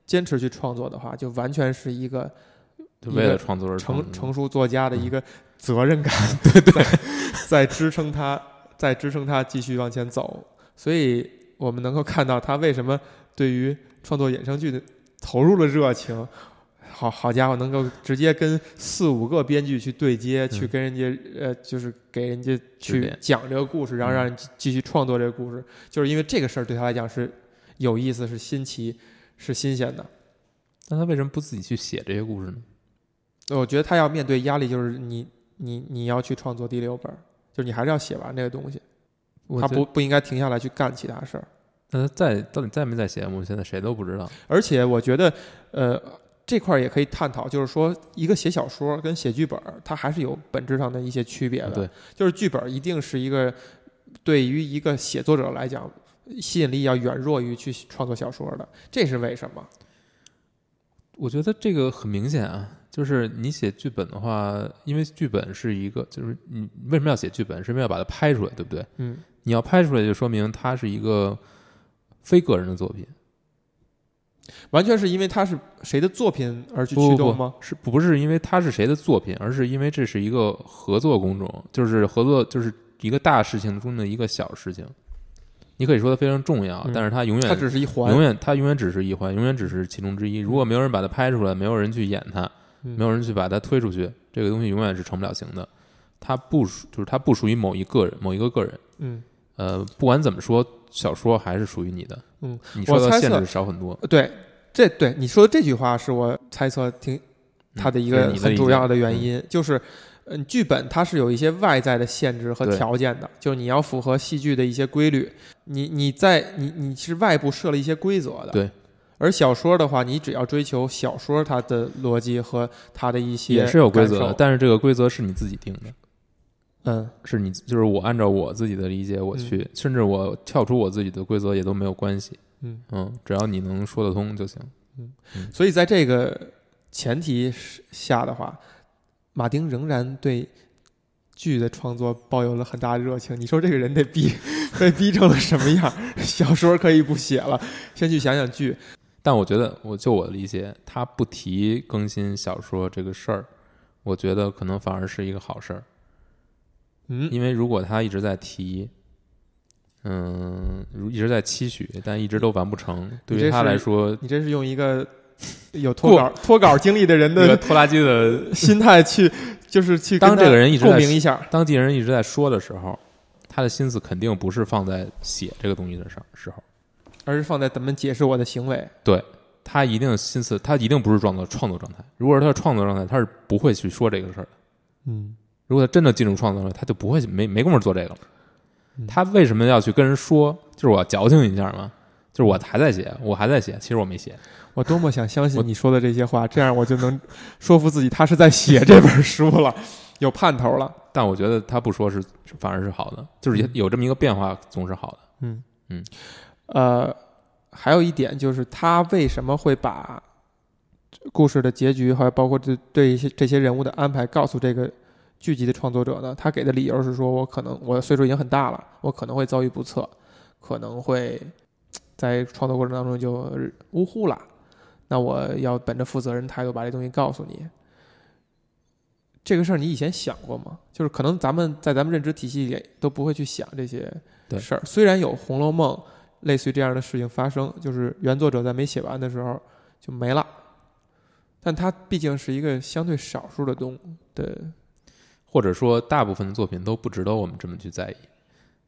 Speaker 1: 坚持去创作的话，就完全是一个
Speaker 2: 就
Speaker 1: 一
Speaker 2: 为了
Speaker 1: 个
Speaker 2: 创作而创
Speaker 1: 成
Speaker 2: 作
Speaker 1: 成熟作家
Speaker 2: 嗯
Speaker 1: 的一个责任感， 对对，在支撑他，在支撑他继续往前走。所以我们能够看到他为什么对于创作衍生剧的投入了热情。好好家伙，能够直接跟四五个编剧去对接，去跟人家呃，就是给人家去
Speaker 2: 嗯点嗯
Speaker 1: 讲这个故事，然后让人继继续创作这个故事，就是因为这个事儿对他来讲是有意思、是新奇、是新鲜的。
Speaker 2: 那他为什么不自己去写这些故事呢？
Speaker 1: 我觉得他要面对压力，就是你你你要去创作第六本儿，就是你还是要写完这个东西，
Speaker 2: 我
Speaker 1: 他
Speaker 2: 觉
Speaker 1: 不，不应该停下来去干其他事儿。
Speaker 2: 那他在到底在没在写？我们现在谁都不知道。
Speaker 1: 而且我觉得，呃，这块儿也可以探讨，就是说一个写小说跟写剧本儿，它还是有本质上的一些区别的。
Speaker 2: 啊对，
Speaker 1: 就是剧本儿一定是一个对于一个写作者来讲，吸引力要远弱于去创作小说的，这是为什么？
Speaker 2: 我觉得这个很明显啊，就是你写剧本的话，因为剧本是一个，就是你为什么要写剧本，是因为要把它拍出来，对不对？
Speaker 1: 嗯，
Speaker 2: 你要拍出来，就说明它是一个非个人的作品，
Speaker 1: 完全是因为他是谁的作品而去
Speaker 2: 不
Speaker 1: 驱
Speaker 2: 不
Speaker 1: 动
Speaker 2: 不
Speaker 1: 吗？
Speaker 2: 是不是因为它是谁的作品，而是因为这是一个合作工种，就是合作就是一个大事情中的一个小事情，你可以说它非常重要，
Speaker 1: 嗯
Speaker 2: 但是它永远
Speaker 1: 它只是一环
Speaker 2: 永。远它永远只是一环，永远只是其中之一。如果没有人把它拍出来，没有人去演它，
Speaker 1: 嗯
Speaker 2: 没有人去把它推出去，这个东西永远是成不了型的。它不属，就是它不属于某一个人，某一个个人。
Speaker 1: 嗯。
Speaker 2: 呃，不管怎么说，小说还是属于你的。
Speaker 1: 嗯，
Speaker 2: 你受
Speaker 1: 我
Speaker 2: 到
Speaker 1: 猜
Speaker 2: 限
Speaker 1: 测
Speaker 2: 制少很多。
Speaker 1: 对，这对你说的这句话是我猜测挺它的一
Speaker 2: 嗯这是
Speaker 1: 个
Speaker 2: 你的
Speaker 1: 很
Speaker 2: 理
Speaker 1: 重
Speaker 2: 解
Speaker 1: 要的原因，就是嗯，剧本它是有一些外在的限制和
Speaker 2: 对
Speaker 1: 条件的，就是你要符合戏剧的一些规律，你你在你你是外部设了一些规则的，
Speaker 2: 对。
Speaker 1: 而小说的话，你只要追求小说它的逻辑和它的一些
Speaker 2: 也是有规则
Speaker 1: 感
Speaker 2: 的，
Speaker 1: 受，
Speaker 2: 但是这个规则是你自己定的，
Speaker 1: 嗯
Speaker 2: 是你就是我按照我自己的理解我去，甚至我跳出我自己的规则也都没有关系。
Speaker 1: 嗯，
Speaker 2: 嗯，只要你能说得通就行。
Speaker 1: 所以在这个前提下的话，马丁仍然对剧的创作抱有了很大的热情。你说这个人得逼 被逼成了什么样？小说可以不写了，先去想想剧。
Speaker 2: 但我觉得，我就我理解，他不提更新小说这个事儿，我觉得可能反而是一个好事儿，
Speaker 1: 嗯，
Speaker 2: 因为如果他一直在提，嗯，如一直在期许，但一直都完不成，对
Speaker 1: 这
Speaker 2: 于他
Speaker 1: 是
Speaker 2: 来说，
Speaker 1: 你这是用一个有脱稿脱稿经历的人
Speaker 2: 那个
Speaker 1: 的
Speaker 2: 拖拉机的，
Speaker 1: 心态去，就是去跟
Speaker 2: 当这
Speaker 1: 他
Speaker 2: 个人一直在
Speaker 1: 共鸣一下。
Speaker 2: 当地人一直在说的时候，他的心思肯定不是放在写这个东西的上时候，
Speaker 1: 而是放在怎么解释我的行为。
Speaker 2: 他一定心思，他一定不是创作创作状态。如果是他的创作状态，他是不会去说这个事儿的。
Speaker 1: 嗯，
Speaker 2: 如果他真的进入创作了，他就不会没没工夫做这个了
Speaker 1: 嗯。
Speaker 2: 他为什么要去跟人说？就是我要矫情一下嘛，就是我还在写，我还在写，其实我没写。
Speaker 1: 我多么想相
Speaker 2: 我
Speaker 1: 信你说的这些话，这样我就能说服自己他是在写这本书了，有盼头了。
Speaker 2: 但我觉得他不说是是反而是好的，就是有
Speaker 1: 嗯
Speaker 2: 有这么一个变化总是好的。
Speaker 1: 嗯
Speaker 2: 嗯，
Speaker 1: 呃，还有一点就是他为什么会把故事的结局，还有包括对对一些这些人物的安排告诉这个剧集的创作者呢？他给的理由是说，我可能我岁数已经很大了，我可能会遭遇不测，可能会在创作过程当中就呜呼啦。那我要本着负责任态度把这东西告诉你。这个事儿你以前想过吗？就是可能咱们在咱们认知体系里都不会去想这些
Speaker 2: 对
Speaker 1: 事儿。虽然有《红楼梦》类似于这样的事情发生，就是原作者在没写完的时候就没了，但它毕竟是一个相对少数的东的，
Speaker 2: 或者说大部分的作品都不值得我们这么去在意。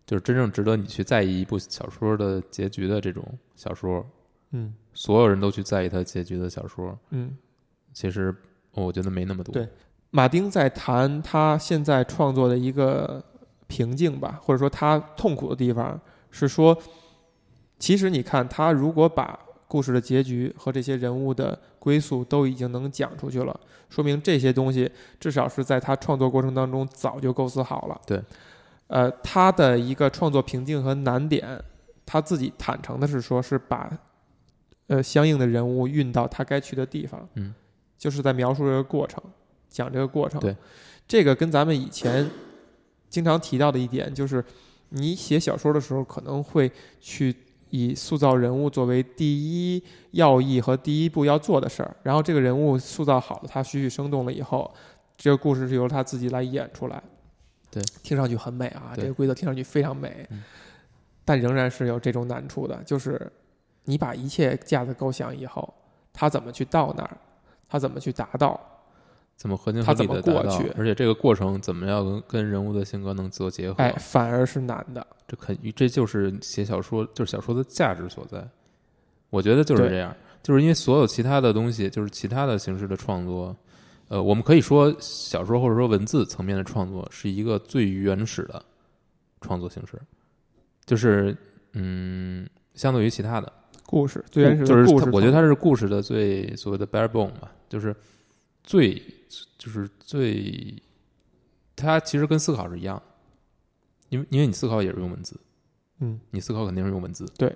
Speaker 2: 就是真正值得你去在意一部小说的结局的这种小说，
Speaker 1: 嗯
Speaker 2: 所有人都去在意它结局的小说，
Speaker 1: 嗯。
Speaker 2: 其实我觉得没那么多。
Speaker 1: 对马丁在谈他现在创作的一个瓶颈吧，或者说他痛苦的地方是说，其实你看他如果把故事的结局和这些人物的归宿都已经能讲出去了，说明这些东西至少是在他创作过程当中早就构思好了。
Speaker 2: 对，
Speaker 1: 呃，他的一个创作瓶颈和难点，他自己坦诚的是说，是把呃相应的人物运到他该去的地方，
Speaker 2: 嗯，
Speaker 1: 就是在描述这个过程，讲这个过程。
Speaker 2: 对，
Speaker 1: 这个跟咱们以前经常提到的一点就是，你写小说的时候可能会去以塑造人物作为第一要义和第一步要做的事儿，然后这个人物塑造好了，他栩栩生动了以后，这个故事是由他自己来演出来。
Speaker 2: 对，
Speaker 1: 听上去很美啊，
Speaker 2: 对
Speaker 1: 这个规则听上去非常美，
Speaker 2: 嗯
Speaker 1: 但仍然是有这种难处的，就是你把一切架子构想以后，他怎么去到那儿，他怎么去达到，
Speaker 2: 怎么合情
Speaker 1: 他
Speaker 2: 合
Speaker 1: 怎
Speaker 2: 理
Speaker 1: 么
Speaker 2: 的达
Speaker 1: 过
Speaker 2: 到
Speaker 1: 去，
Speaker 2: 而且这个过程怎么样跟跟人物的性格能做结合，
Speaker 1: 哎，反而是难的。
Speaker 2: 这肯这就是写小说就是小说的价值所在。我觉得就是
Speaker 1: 对
Speaker 2: 这样，就是因为所有其他的东西，就是其他的形式的创作，呃，我们可以说小说或者说文字层面的创作是一个最原始的创作形式，就是嗯，相对于其他的，
Speaker 1: 故事最原始
Speaker 2: 就是
Speaker 1: 的故
Speaker 2: 它
Speaker 1: 事，
Speaker 2: 我觉得它是故事的最所谓的 bare bone 嘛，就是最就是最，它其实跟思考是一样的，因为因为你思考也是用文字，
Speaker 1: 嗯，
Speaker 2: 你思考肯定是用文字，
Speaker 1: 对。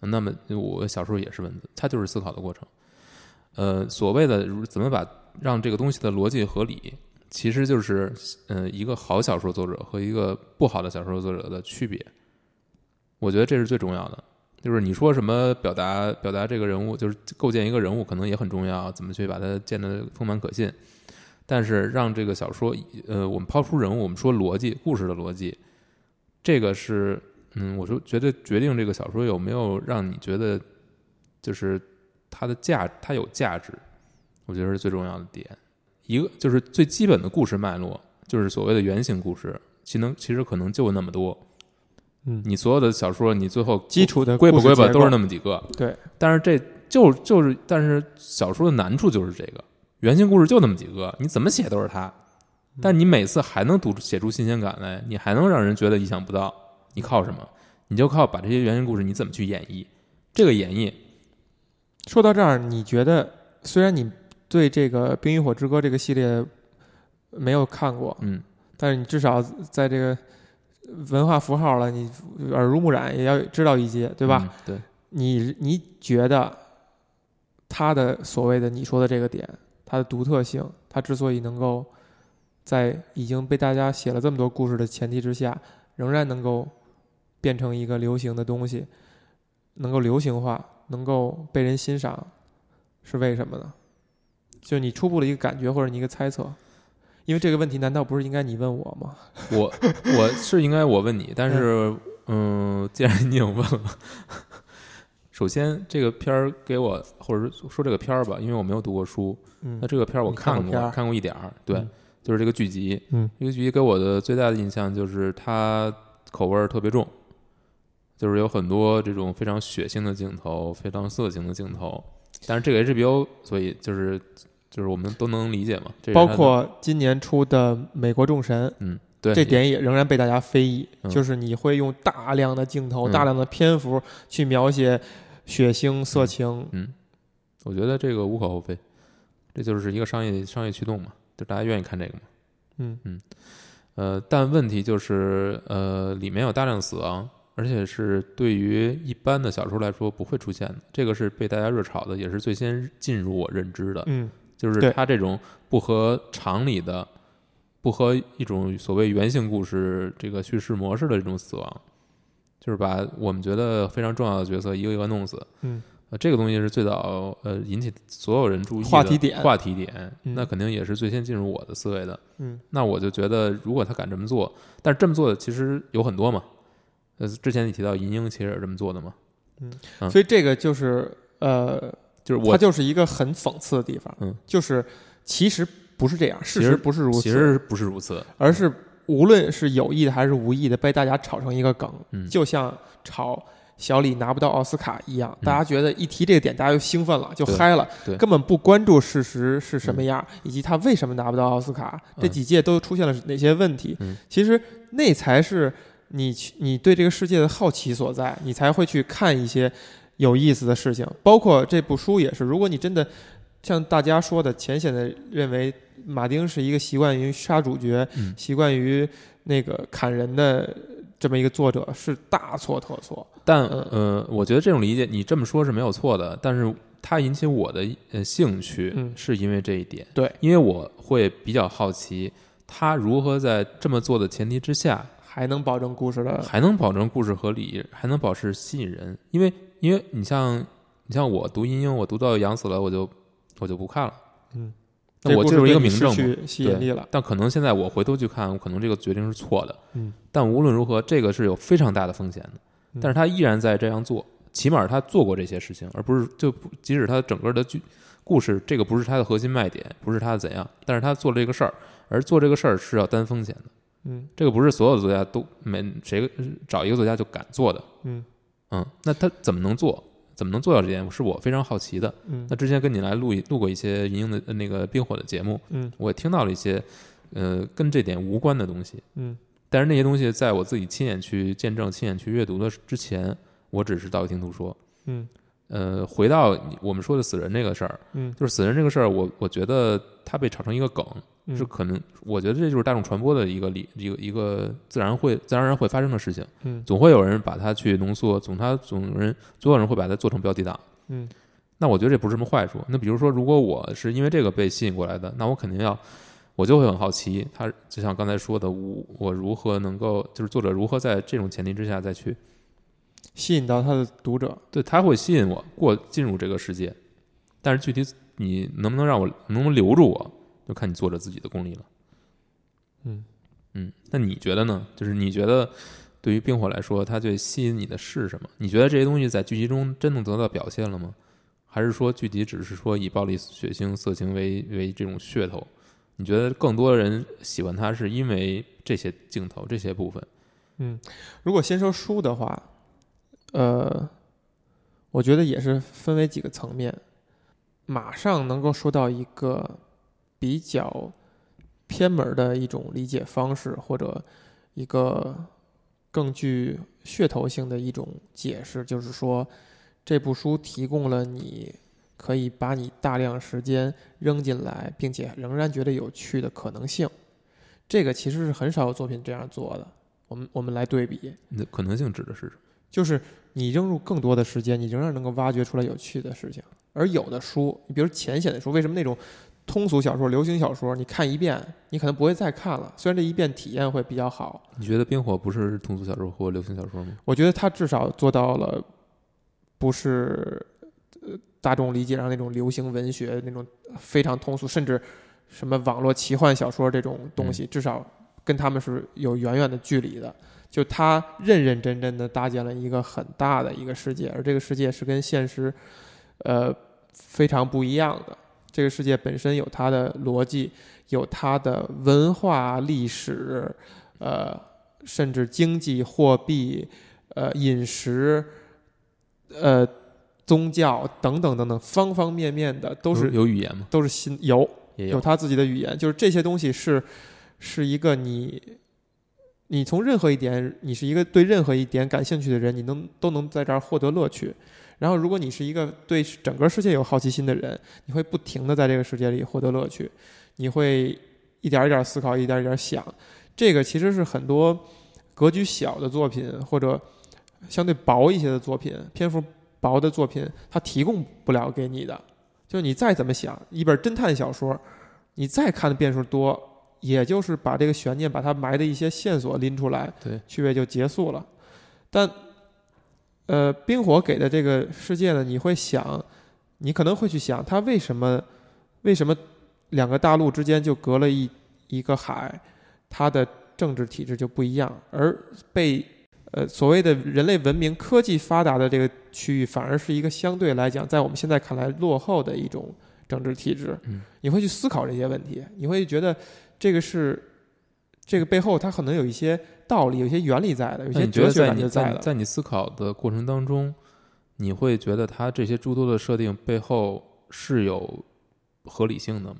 Speaker 2: 那么我小时候也是文字，它就是思考的过程。呃，所谓的如怎么把让这个东西的逻辑合理，其实就是呃一个好小说作者和一个不好的小说作者的区别。我觉得这是最重要的。就是你说什么表达表达这个人物，就是构建一个人物，可能也很重要，怎么去把它建得丰满可信。但是让这个小说，呃，我们抛出人物，我们说逻辑，故事的逻辑，这个是，嗯，我说觉得决定这个小说有没有让你觉得，就是它的价，它有价值，我觉得是最重要的点。一个就是最基本的故事脉络，就是所谓的原型故事，其能其实可能就那么多。
Speaker 1: 嗯
Speaker 2: 你所有的小说，你最后
Speaker 1: 基础的
Speaker 2: 归不
Speaker 1: 故事
Speaker 2: 归吧，
Speaker 1: 结
Speaker 2: 都
Speaker 1: 构
Speaker 2: 是那么几个。
Speaker 1: 对，
Speaker 2: 但是这就就是，但是小说的难处就是这个，原型故事就那么几个，你怎么写都是它，
Speaker 1: 嗯
Speaker 2: 但你每次还能读出写出新鲜感来，你还能让人觉得意想不到，你靠什么？你就靠把这些原型故事你怎么去演绎，这个演绎
Speaker 1: 说到这儿，你觉得虽然你对这个《冰与火之歌》这个系列没有看过，
Speaker 2: 嗯，
Speaker 1: 但是你至少在这个文化符号了，你耳濡目染也要知道一些，对吧？
Speaker 2: 嗯？对，
Speaker 1: 你你觉得它的所谓的你说的这个点，它的独特性，它之所以能够在已经被大家写了这么多故事的前提之下，仍然能够变成一个流行的东西，能够流行化，能够被人欣赏，是为什么呢？就你初步的一个感觉或者你一个猜测，因为这个问题难道不是应该你问我吗？
Speaker 2: 我我是应该我问你，但是嗯、既然你也问了， 首先这个片儿给我，或者说说这个片儿吧，因为我没有读过书，
Speaker 1: 嗯
Speaker 2: 那这个片儿我
Speaker 1: 你看
Speaker 2: 看
Speaker 1: 过
Speaker 2: 过，
Speaker 1: 片儿
Speaker 2: 看过一点儿，对，
Speaker 1: 嗯
Speaker 2: 就是这个剧集，
Speaker 1: 嗯，
Speaker 2: 这个剧集给我的最大的印象就是它口味儿特别重，就是有很多这种非常血腥的镜头，非常色情的镜头，但是这个 HBO，所以就是就是我们都能理解嘛，这是它
Speaker 1: 包
Speaker 2: 的
Speaker 1: 括今年出的《美国众神》，
Speaker 2: 嗯，对，
Speaker 1: 这点也仍然被大家非议，
Speaker 2: 嗯
Speaker 1: 就是你会用大量的镜头、
Speaker 2: 嗯
Speaker 1: 大量的篇幅去描写血腥、色
Speaker 2: 嗯呃
Speaker 1: 情。
Speaker 2: 我觉得这个无可厚非，这就是一个商业商业驱动嘛，就大家愿意看这个嘛。
Speaker 1: 嗯
Speaker 2: 呃，但问题就是，呃，里面有大量死亡，而且是对于一般的小说来说不会出现的。这个是被大家热炒的，也是最先进入我认知的，
Speaker 1: 嗯
Speaker 2: 就是
Speaker 1: 对
Speaker 2: 它这种不合常理的、不合一种所谓原性故事这个叙事模式的这种死亡，就是把我们觉得非常重要的角色一个一个弄死。
Speaker 1: 嗯
Speaker 2: 呃，这个东西是最早呃引起所有人注意的
Speaker 1: 话题点
Speaker 2: 话题点，
Speaker 1: 嗯
Speaker 2: 那肯定也是最先进入我的思维的。
Speaker 1: 嗯
Speaker 2: 那我就觉得，如果他敢这么做，但是这么做的其实有很多嘛。呃，之前你提到银鹰其实也是这么做的嘛，嗯
Speaker 1: 所以这个就是呃，
Speaker 2: 就是
Speaker 1: 它
Speaker 2: 我
Speaker 1: 就是一个很讽刺的地方，
Speaker 2: 嗯
Speaker 1: 就是其实不是这样，事
Speaker 2: 实
Speaker 1: 实不是如此，
Speaker 2: 其实不是如此，
Speaker 1: 而是无论是有意的还是无意的，被大家炒成一个梗，
Speaker 2: 嗯
Speaker 1: 就像炒小李拿不到奥斯卡一样，
Speaker 2: 嗯
Speaker 1: 大家觉得一提这个点，大家就兴奋了，就
Speaker 2: 对
Speaker 1: 嗨了
Speaker 2: 对，
Speaker 1: 根本不关注事实是什么样，以及他为什么拿不到奥斯卡，
Speaker 2: 嗯
Speaker 1: 这几届都出现了哪些问题。
Speaker 2: 嗯
Speaker 1: 其实那才是你去你对这个世界的好奇所在，你才会去看一些有意思的事情，包括这部书也是。如果你真的像大家说的，浅显的认为马丁是一个习惯于杀主角、
Speaker 2: 嗯
Speaker 1: 习惯于那个砍人的这么一个作者，是大错特错。
Speaker 2: 但
Speaker 1: 嗯
Speaker 2: 呃，我觉得这种理解你这么说是没有错的，但是它引起我的呃兴趣
Speaker 1: 嗯
Speaker 2: 是因为这一点，
Speaker 1: 对，
Speaker 2: 因为我会比较好奇他如何在这么做的前提之下，
Speaker 1: 还能保证故事的，
Speaker 2: 还能保证故事合理，还能保持吸引人。因为因为你像你像我读阴影，我读到羊死了，我就我就不看了。
Speaker 1: 嗯，
Speaker 2: 那我
Speaker 1: 这
Speaker 2: 就是一个
Speaker 1: 故
Speaker 2: 明
Speaker 1: 事
Speaker 2: 证
Speaker 1: 对
Speaker 2: 嘛
Speaker 1: 你失去吸引力了。
Speaker 2: 但可能现在我回头去看，可能这个决定是错的。
Speaker 1: 嗯，
Speaker 2: 但无论如何，这个是有非常大的风险的。
Speaker 1: 嗯
Speaker 2: 但是他依然在这样做，起码他做过这些事情，而不是就不即使他整个的剧故事这个不是他的核心卖点，不是他的怎样，但是他做了这个事儿，而做这个事儿是要担风险的。
Speaker 1: 嗯
Speaker 2: 这个不是所有的作家都没谁呃找一个作家就敢做的。
Speaker 1: 嗯
Speaker 2: 嗯，那他怎么能做？怎么能做到这点？是我非常好奇的。
Speaker 1: 嗯
Speaker 2: 那之前跟你来录一录过一些银鹰的呃那个冰火的节目，
Speaker 1: 嗯
Speaker 2: 我也听到了一些，呃，跟这点无关的东西。
Speaker 1: 嗯
Speaker 2: 但是那些东西在我自己亲眼去见证、亲眼去阅读的之前，我只是道听途说。
Speaker 1: 嗯
Speaker 2: 呃，回到你我们说的死人这个事儿，
Speaker 1: 嗯
Speaker 2: 就是死人这个事儿，我我觉得它被炒成一个梗，
Speaker 1: 嗯，
Speaker 2: 是可能，我觉得这就是大众传播的一个理，一个一个自然会自然而然会发生的事情。
Speaker 1: 嗯
Speaker 2: 总会有人把它去浓缩，总他总有人总有人会把它做成标题党。
Speaker 1: 嗯
Speaker 2: 那我觉得这不是什么坏处。那比如说，如果我是因为这个被吸引过来的，那我肯定要，我就会很好奇，他就像刚才说的，我我如何能够，就是作者如何在这种前提之下再去，
Speaker 1: 吸引到他的读者。
Speaker 2: 对，他会吸引我过进入这个世界。但是具体你能不能让我，能不能留住我，就看你作者自己的功力了。
Speaker 1: 嗯
Speaker 2: 嗯，那你觉得呢？就是你觉得对于冰火来说，它最吸引你的是什么？你觉得这些东西在剧集中真的得到表现了吗？还是说剧集只是说以暴力、血腥、色情为为这种噱头？你觉得更多的人喜欢它是因为这些镜头、这些部分？
Speaker 1: 如果先说书的话，呃，我觉得也是分为几个层面。马上能够说到一个比较偏门的一种理解方式，或者一个更具噱头性的一种解释，就是说这部书提供了你可以把你大量时间扔进来，并且仍然觉得有趣的可能性。这个其实是很少有作品这样做的。我们我们来对比，
Speaker 2: 你的可能性指的是什么？
Speaker 1: 就是你扔入更多的时间，你仍然能够挖掘出来有趣的事情。而有的书，你比如浅显的书，为什么那种通俗小说、流行小说，你看一遍，你可能不会再看了。虽然这一遍体验会比较好，
Speaker 2: 你觉得《冰火》不是通俗小说或流行小说吗？
Speaker 1: 我觉得他至少做到了，不是呃大众理解上那种流行文学那种非常通俗，甚至什么网络奇幻小说这种东西，至少跟他们是有远远的距离的。就他认认真真的搭建了一个很大的一个世界，而这个世界是跟现实，呃，非常不一样的。这个世界本身有它的逻辑，有它的文化、历史，呃，甚至经济、货币，呃，饮食，呃，宗教等等等等，方方面面的都是
Speaker 2: 有有语言吗？
Speaker 1: 都是新有
Speaker 2: 也
Speaker 1: 有他自己的语言，就是这些东西是是一个你，你从任何一点，你是一个对任何一点感兴趣的人，你能都能在这儿获得乐趣。然后，如果你是一个对整个世界有好奇心的人，你会不停的在这个世界里获得乐趣，你会一点儿一点儿思考，一点儿一点儿想。这个其实是很多格局小的作品或者相对薄一些的作品，篇幅薄的作品，它提供不了给你的。就是你再怎么想，一本侦探小说，你再看的遍数多，也就是把这个悬念、把它埋的一些线索拎出来，
Speaker 2: 对，
Speaker 1: 趣味就结束了。但，呃，冰火给的这个世界呢，你会想，你可能会去想，它为什么，为什么两个大陆之间就隔了一一个海，它的政治体制就不一样，而被呃所谓的人类文明科技发达的这个区域，反而是一个相对来讲，在我们现在看来落后的一种政治体制。
Speaker 2: 嗯，
Speaker 1: 你会去思考这些问题，你会觉得这个是这个背后它可能有一些道理，有一些原理在的，有一
Speaker 2: 那
Speaker 1: 些
Speaker 2: 你觉得
Speaker 1: 哲学
Speaker 2: 在
Speaker 1: 感
Speaker 2: 你
Speaker 1: 就在
Speaker 2: 在你
Speaker 1: 的。
Speaker 2: 在你思考的过程当中，你会觉得它这些诸多的设定背后是有合理性的吗？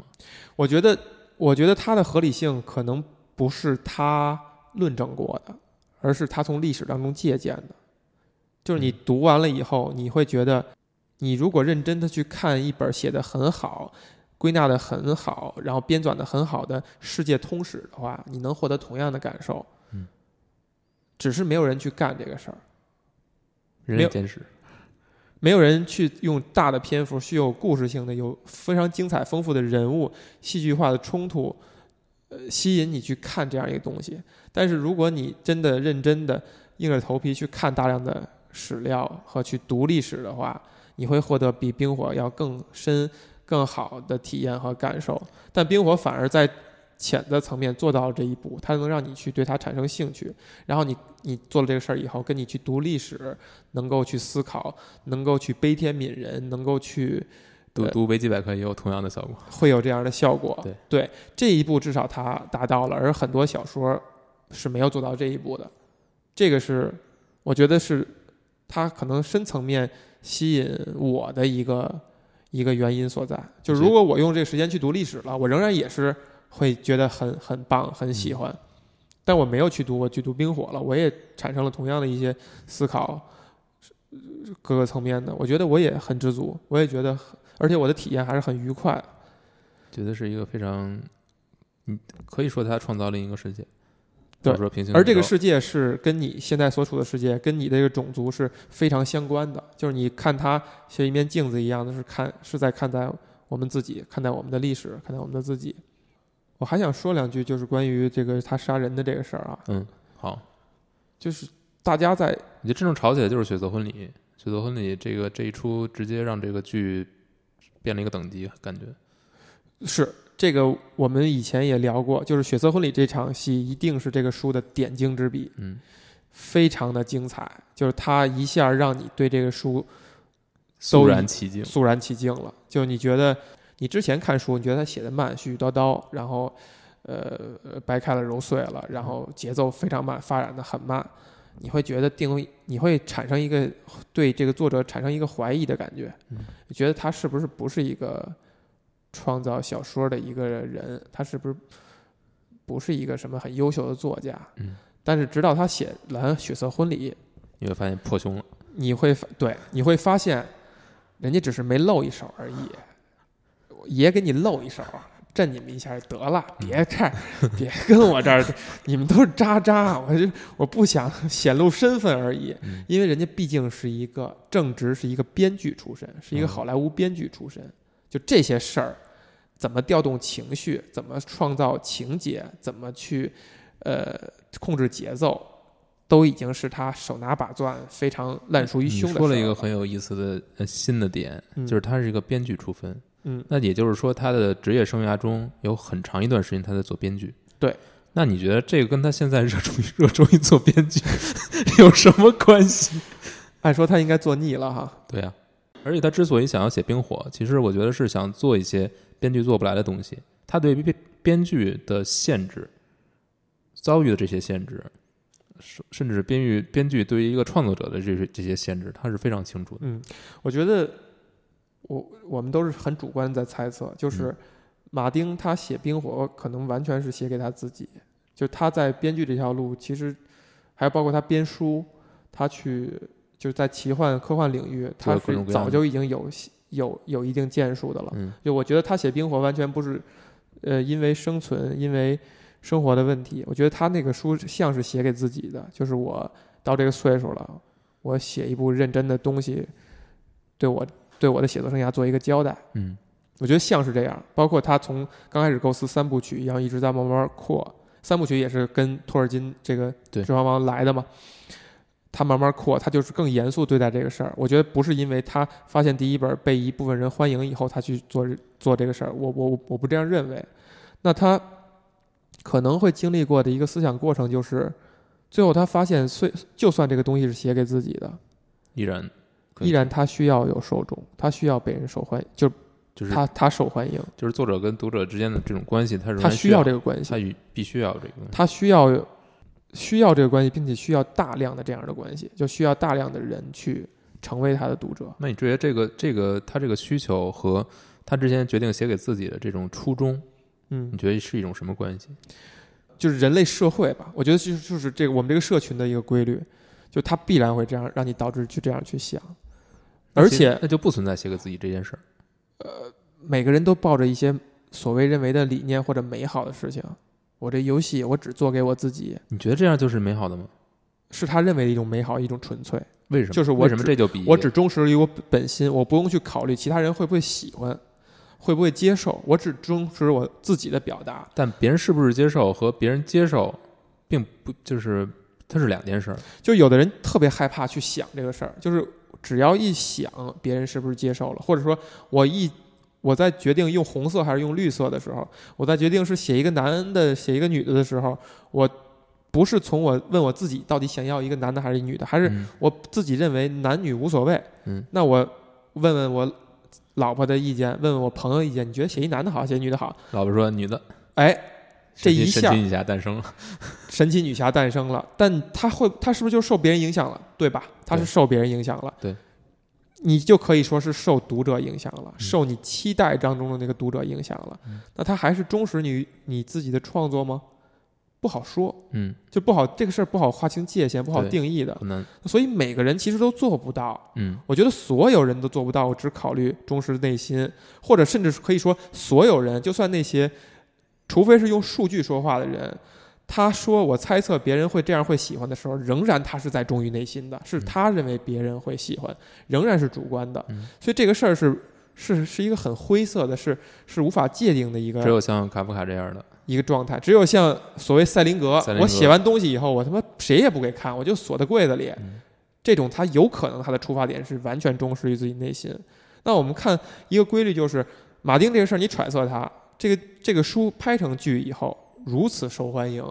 Speaker 1: 我觉得，我觉得它的合理性可能不是他论证过的，而是他从历史当中借鉴的。就是你
Speaker 2: 嗯
Speaker 1: 读完了以后，你会觉得，你如果认真的去看一本写的很好、归纳的很好、然后编纂的很好的世界通史的话，你能获得同样的感受。
Speaker 2: 嗯，
Speaker 1: 只是没有人去干这个事儿。没
Speaker 2: 人类
Speaker 1: 有
Speaker 2: 简史，
Speaker 1: 没有人去用大的篇幅，具有故事性的、有非常精彩丰富的人物、戏剧化的冲突，呃，吸引你去看这样一个东西。但是如果你真的认真的、硬着头皮去看大量的史料和去读历史的话，你会获得比冰火要更深、更好的体验和感受。但冰火反而在浅的层面做到了这一步，它能让你去对它产生兴趣。然后你你做了这个事儿以后，跟你去读历史，能够去思考，能够去悲天悯人，能够去
Speaker 2: 读
Speaker 1: 对
Speaker 2: 读维基百科也有同样的效果。
Speaker 1: 会有这样的效果。
Speaker 2: 对
Speaker 1: 这一步至少它达到了，而很多小说是没有做到这一步的。这个是我觉得是它可能深层面吸引我的一个一个原因所在。就如果我用这个时间去读历史了，我仍然也是会觉得很很棒，很喜欢。但我没有去读，我去读冰火了，我也产生了同样的一些思考，呃各个层面的。我觉得我也很知足，我也觉得很，而且我的体验还是很愉快。
Speaker 2: 觉得是一个非常，嗯，可以说它创造另一个世界，
Speaker 1: 对
Speaker 2: 或者说平行宇宙。
Speaker 1: 而这个世界是跟你现在所处的世界，跟你的这个种族是非常相关的。就是你看它像一面镜子一样的，是看是在看待我们自己，看待我们的历史，看待我们的自己。我还想说两句，就是关于这个他杀人的这个事儿啊，
Speaker 2: 好，
Speaker 1: 就是大家在
Speaker 2: 我觉得真正吵起来就是《血色婚礼》，《血色婚礼》这个这一出直接让这个剧变了一个等级，感觉
Speaker 1: 是这个我们以前也聊过，就是《血色婚礼》这场戏一定是这个书的点睛之笔，
Speaker 2: 嗯，
Speaker 1: 非常的精彩，就是它一下让你对这个书
Speaker 2: 肃然起敬。
Speaker 1: 肃然起敬了。就你觉得你之前看书，你觉得他写的慢，絮絮叨叨，然后呃掰开了揉碎了，然后节奏非常慢，发展的很慢。你会觉得定，你会产生一个对这个作者产生一个怀疑的感觉，
Speaker 2: 嗯
Speaker 1: 你觉得他是不是不是一个创造小说的一个人，他是不是不是一个什么很优秀的作家？
Speaker 2: 嗯
Speaker 1: 但是直到他写完《血色婚礼》，
Speaker 2: 你会发现破胸了。
Speaker 1: 你会发对，你会发现，人家只是没露一手而已，爷给你露一手，震你们一下就得了，别这儿，别跟我这儿，你们都是渣渣，我就我不想显露身份而已，
Speaker 2: 嗯
Speaker 1: 因为人家毕竟是一个正直，是一个编剧出身，是一个
Speaker 2: 嗯
Speaker 1: 好莱坞编剧出身，就这些事儿，怎么调动情绪，怎么创造情节，怎么去，呃，控制节奏，都已经是他手拿把攥、非常烂熟于
Speaker 2: 嗯你
Speaker 1: 胸的。
Speaker 2: 说了一个，很有意思的呃新的点，
Speaker 1: 嗯
Speaker 2: 就是他是一个编剧出身。
Speaker 1: 嗯，
Speaker 2: 那也就是说，他的职业生涯中有很长一段时间他在做编剧。
Speaker 1: 对，
Speaker 2: 那你觉得这个跟他现在热衷于 热衷于做编剧 有什么关系？
Speaker 1: 按说他应该做腻了哈。
Speaker 2: 对呀、而且他之所以想要写《冰火》，其实我觉得是想做一些编剧做不来的东西。他对编编剧的限制，遭遇的这些限制，甚甚至编剧编剧对于一个创作者的这些这些限制，他是非常清楚的。
Speaker 1: 嗯，我觉得我我们都是很主观在猜测，就是
Speaker 2: 嗯
Speaker 1: 马丁他写《冰火》可能完全是写给他自己，就他在编剧这条路，其实还有包括他编书，他去就是在奇幻科幻领域，他
Speaker 2: 做了各
Speaker 1: 是
Speaker 2: 种各样
Speaker 1: 早
Speaker 2: 的
Speaker 1: 就已经有有有一定建树的了。
Speaker 2: 嗯，
Speaker 1: 就我觉得他写《冰火》完全不是，呃，因为生存，因为生活的问题。我觉得他那个书像是写给自己的，就是我到这个岁数了，我写一部认真的东西，对我对我的写作生涯做一个交代。
Speaker 2: 嗯
Speaker 1: 我觉得像是这样，包括他从刚开始构思三部曲一样，一直在慢慢扩。三部曲也是跟托尔金这个
Speaker 2: 对
Speaker 1: 《指环王》来的嘛，他慢慢扩，他就是更严肃对待这个事儿。我觉得不是因为他发现第一本被一部分人欢迎以后，他去做做这个事儿，我我我我不这样认为。那他可能会经历过的一个思想过程就是，最后他发现，虽就算这个东西是写给自己的，
Speaker 2: 依然可以
Speaker 1: 依然他需要有受众，他需要被人受欢迎，就是
Speaker 2: 就是
Speaker 1: 他他受欢迎。
Speaker 2: 就是作者跟读者之间的这种关系，他仍
Speaker 1: 他
Speaker 2: 然
Speaker 1: 需
Speaker 2: 要
Speaker 1: 要这个关系，
Speaker 2: 他与必须要有这个东西。
Speaker 1: 他需要需要这个关系，并且需要大量的这样的关系，就需要大量的人去成为他的读者。
Speaker 2: 那你觉得这个这个他这个需求和他之前决定写给自己的这种初衷，
Speaker 1: 嗯
Speaker 2: 你，觉得是一种什么关系？
Speaker 1: 就是人类社会吧，我觉得就是就是这个我们这个社群的一个规律，就它必然会这样让你导致去这样去想，而
Speaker 2: 那
Speaker 1: 且
Speaker 2: 其那就不存在写给自己这件事儿。
Speaker 1: 每个人都抱着一些所谓认为的理念或者美好的事情。我这游戏我只做给我自己，
Speaker 2: 你觉得这样就是美好的吗？
Speaker 1: 是他认为的一种美好，一种纯粹。
Speaker 2: 为什么？
Speaker 1: 就是我
Speaker 2: 为什么
Speaker 1: 只
Speaker 2: 这就比
Speaker 1: 我只忠实于我本心，我不用去考虑其他人会不会喜欢，会不会接受，我只忠实我自己的表达。
Speaker 2: 但别人是不是接受和别人接受，并不就是它是两件事儿。
Speaker 1: 就有的人特别害怕去想这个事儿，就是只要一想别人是不是接受了，或者说我一我在决定用红色还是用绿色的时候，我在决定是写一个男的写一个女的的时候，我不是从我问我自己到底想要一个男的还是一女的，还是
Speaker 2: 嗯
Speaker 1: 我自己认为男女无所谓，
Speaker 2: 嗯，
Speaker 1: 那我问问我老婆的意见，问问我朋友意见，你觉得写一男的好，写一女的好？
Speaker 2: 老婆说女的
Speaker 1: 哎，这一
Speaker 2: 神
Speaker 1: 下
Speaker 2: 奇女侠诞生了，
Speaker 1: 神奇女侠诞生了，但她会，她是不是就受别人影响了，对吧？她是
Speaker 2: 对
Speaker 1: 受别人影响了，
Speaker 2: 对，
Speaker 1: 你就可以说是受读者影响了，受你期待当中的那个读者影响了。
Speaker 2: 嗯
Speaker 1: 那他还是忠实于你自己的创作吗？不好说，
Speaker 2: 嗯，
Speaker 1: 就不好这个事儿不好划清界限，不好
Speaker 2: 对
Speaker 1: 定义的。
Speaker 2: 不能，
Speaker 1: 所以每个人其实都做不到。
Speaker 2: 嗯，
Speaker 1: 我觉得所有人都做不到，我只考虑忠实内心，或者甚至是可以说所有人，就算那些，除非是用数据说话的人，他说我猜测别人会这样会喜欢的时候，仍然他是在忠于内心的，是他认为别人会喜欢，仍然是主观的
Speaker 2: 嗯，
Speaker 1: 所以这个事儿是是是一个很灰色的，是是无法界定的一
Speaker 2: 嗯只
Speaker 1: 个
Speaker 2: 有像卡夫卡这样的，
Speaker 1: 一个状态。只有像所谓赛林格
Speaker 2: 赛，林格
Speaker 1: 我写完东西以后，我他妈谁也不给看，我就锁在柜子里。
Speaker 2: 嗯
Speaker 1: 这种他有可能他的出发点是完全忠实于自己内心。那我们看一个规律就是，马丁这个事儿你揣测他这个这个书拍成剧以后如此受欢迎，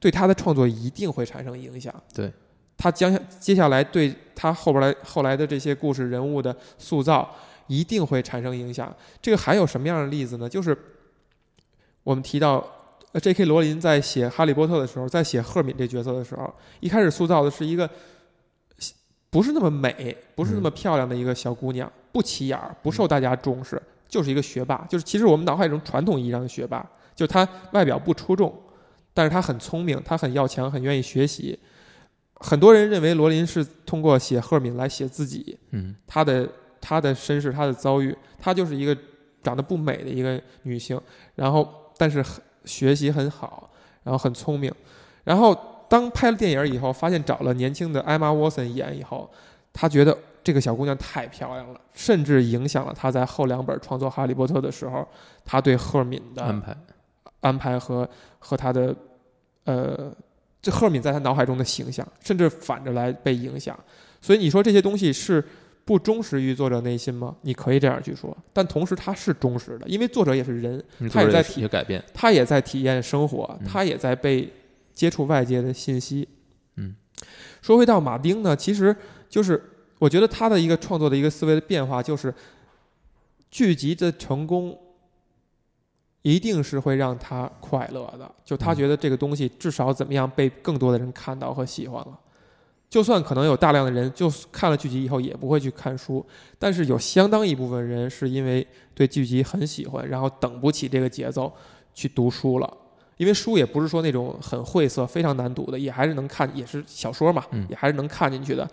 Speaker 1: 对他的创作一定会产生影响。
Speaker 2: 对，
Speaker 1: 他将接下来对他后边来后来的这些故事人物的塑造一定会产生影响。这个还有什么样的例子呢？就是我们提到。呃，J.K. 罗琳在写《哈利波特》的时候，在写赫敏这角色的时候，一开始塑造的是一个不是那么美、不是那么漂亮的一个小姑娘，不起眼儿，不受大家重视，就是一个学霸。就是其实我们脑海中传统意义上的学霸，就是她外表不出众，但是她很聪明，她很要强，很愿意学习。很多人认为罗琳是通过写赫敏来写自己，
Speaker 2: 嗯
Speaker 1: 她的她的身世、她的遭遇，她就是一个长得不美的一个女性，然后但是很学习很好，然后很聪明，然后当拍了电影以后，发现找了年轻的艾玛沃森演以后，她觉得这个小姑娘太漂亮了，甚至影响了她在后两本创作《哈利波特》的时候，她对赫敏的
Speaker 2: 安排，
Speaker 1: 安排和和他的呃，这赫敏在他脑海中的形象，甚至反着来被影响。所以你说这些东西是不忠实于作者内心吗？你可以这样去说，但同时他是忠实的，因为作者也是人，
Speaker 2: 你
Speaker 1: 他也
Speaker 2: 做
Speaker 1: 在
Speaker 2: 了
Speaker 1: 体
Speaker 2: 一些改变，
Speaker 1: 他也在体验生活，
Speaker 2: 嗯
Speaker 1: 他也在被接触外界的信息。
Speaker 2: 嗯，
Speaker 1: 说回到马丁呢，其实就是我觉得他的一个创作的一个思维的变化，就是剧集的成功一定是会让他快乐的，就他
Speaker 2: 嗯
Speaker 1: 觉得这个东西至少怎么样被更多的人看到和喜欢了。就算可能有大量的人就看了剧集以后也不会去看书，但是有相当一部分人是因为对剧集很喜欢，然后等不起这个节奏去读书了。因为书也不是说那种很晦涩、非常难读的，也还是能看，也是小说嘛，
Speaker 2: 嗯
Speaker 1: 也还是能看进去的，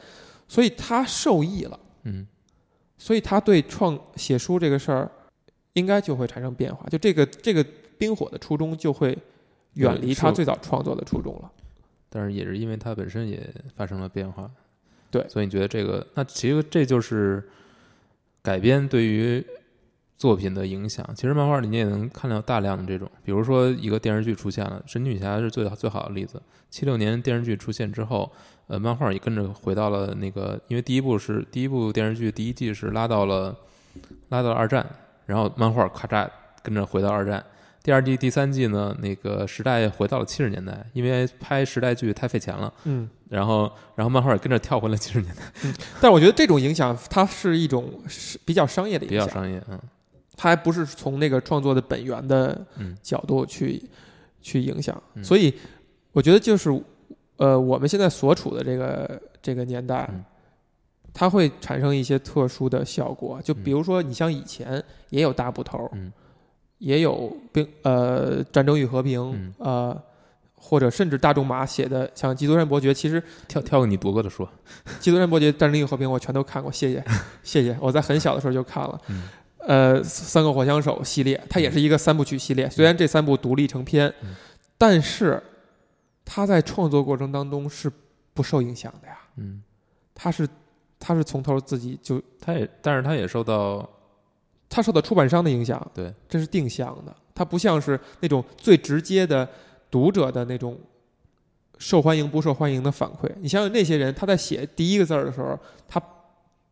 Speaker 1: 所以他受益了，
Speaker 2: 嗯
Speaker 1: 所以他对创写书这个事儿，应该就会产生变化，就这个这个冰火的初衷就会远离他
Speaker 2: 是
Speaker 1: 最早创作的初衷了。
Speaker 2: 但是也是因为它本身也发生了变化，
Speaker 1: 对
Speaker 2: 所以你觉得这个，那其实这就是改编对于作品的影响。其实漫画里你也能看到大量的这种，比如说一个电视剧出现了，《神奇女侠》是最好最好的例子。七六年电视剧出现之后，呃，漫画也跟着回到了那个，因为第一部是第一部电视剧第一季是拉到了拉到了二战，然后漫画咔嚓跟着回到二战。第二季、第三季呢，那个时代回到了七十年代，因为拍时代剧太费钱了，
Speaker 1: 嗯，
Speaker 2: 然后然后漫画也跟着跳回了七十年代，
Speaker 1: 但我觉得这种影响，它是一种是比较商业的
Speaker 2: 比
Speaker 1: 影
Speaker 2: 较
Speaker 1: 响，
Speaker 2: 商业，嗯
Speaker 1: 它还不是从那个创作的本源的
Speaker 2: 嗯
Speaker 1: 角度去、去影响。
Speaker 2: 嗯
Speaker 1: 所以我觉得就是呃，我们现在所处的这个这个年代。
Speaker 2: 嗯
Speaker 1: 它会产生一些特殊的效果，就比如说，你像以前也有大部头，
Speaker 2: 嗯
Speaker 1: 也有兵呃战争与和平，
Speaker 2: 嗯
Speaker 1: 呃，或者甚至大仲马写的像《基督山伯爵》，其实
Speaker 2: 跳跳个你读过的说，
Speaker 1: 《基督山伯爵：战争与和平》我全都看过，谢谢谢谢，我在很小的时候就看了。
Speaker 2: 嗯
Speaker 1: 呃，三个火枪手系列，它也是一个三部曲系列，虽然这三部独立成篇，
Speaker 2: 嗯
Speaker 1: 但是它在创作过程当中是不受影响的呀，
Speaker 2: 嗯，
Speaker 1: 它是它是从头自己就
Speaker 2: 他也，但是他也受到，
Speaker 1: 它受到出版商的影响，
Speaker 2: 对，
Speaker 1: 这是定向的，它不像是那种最直接的读者的那种受欢迎不受欢迎的反馈。你想想那些人，他在写第一个字儿的时候，他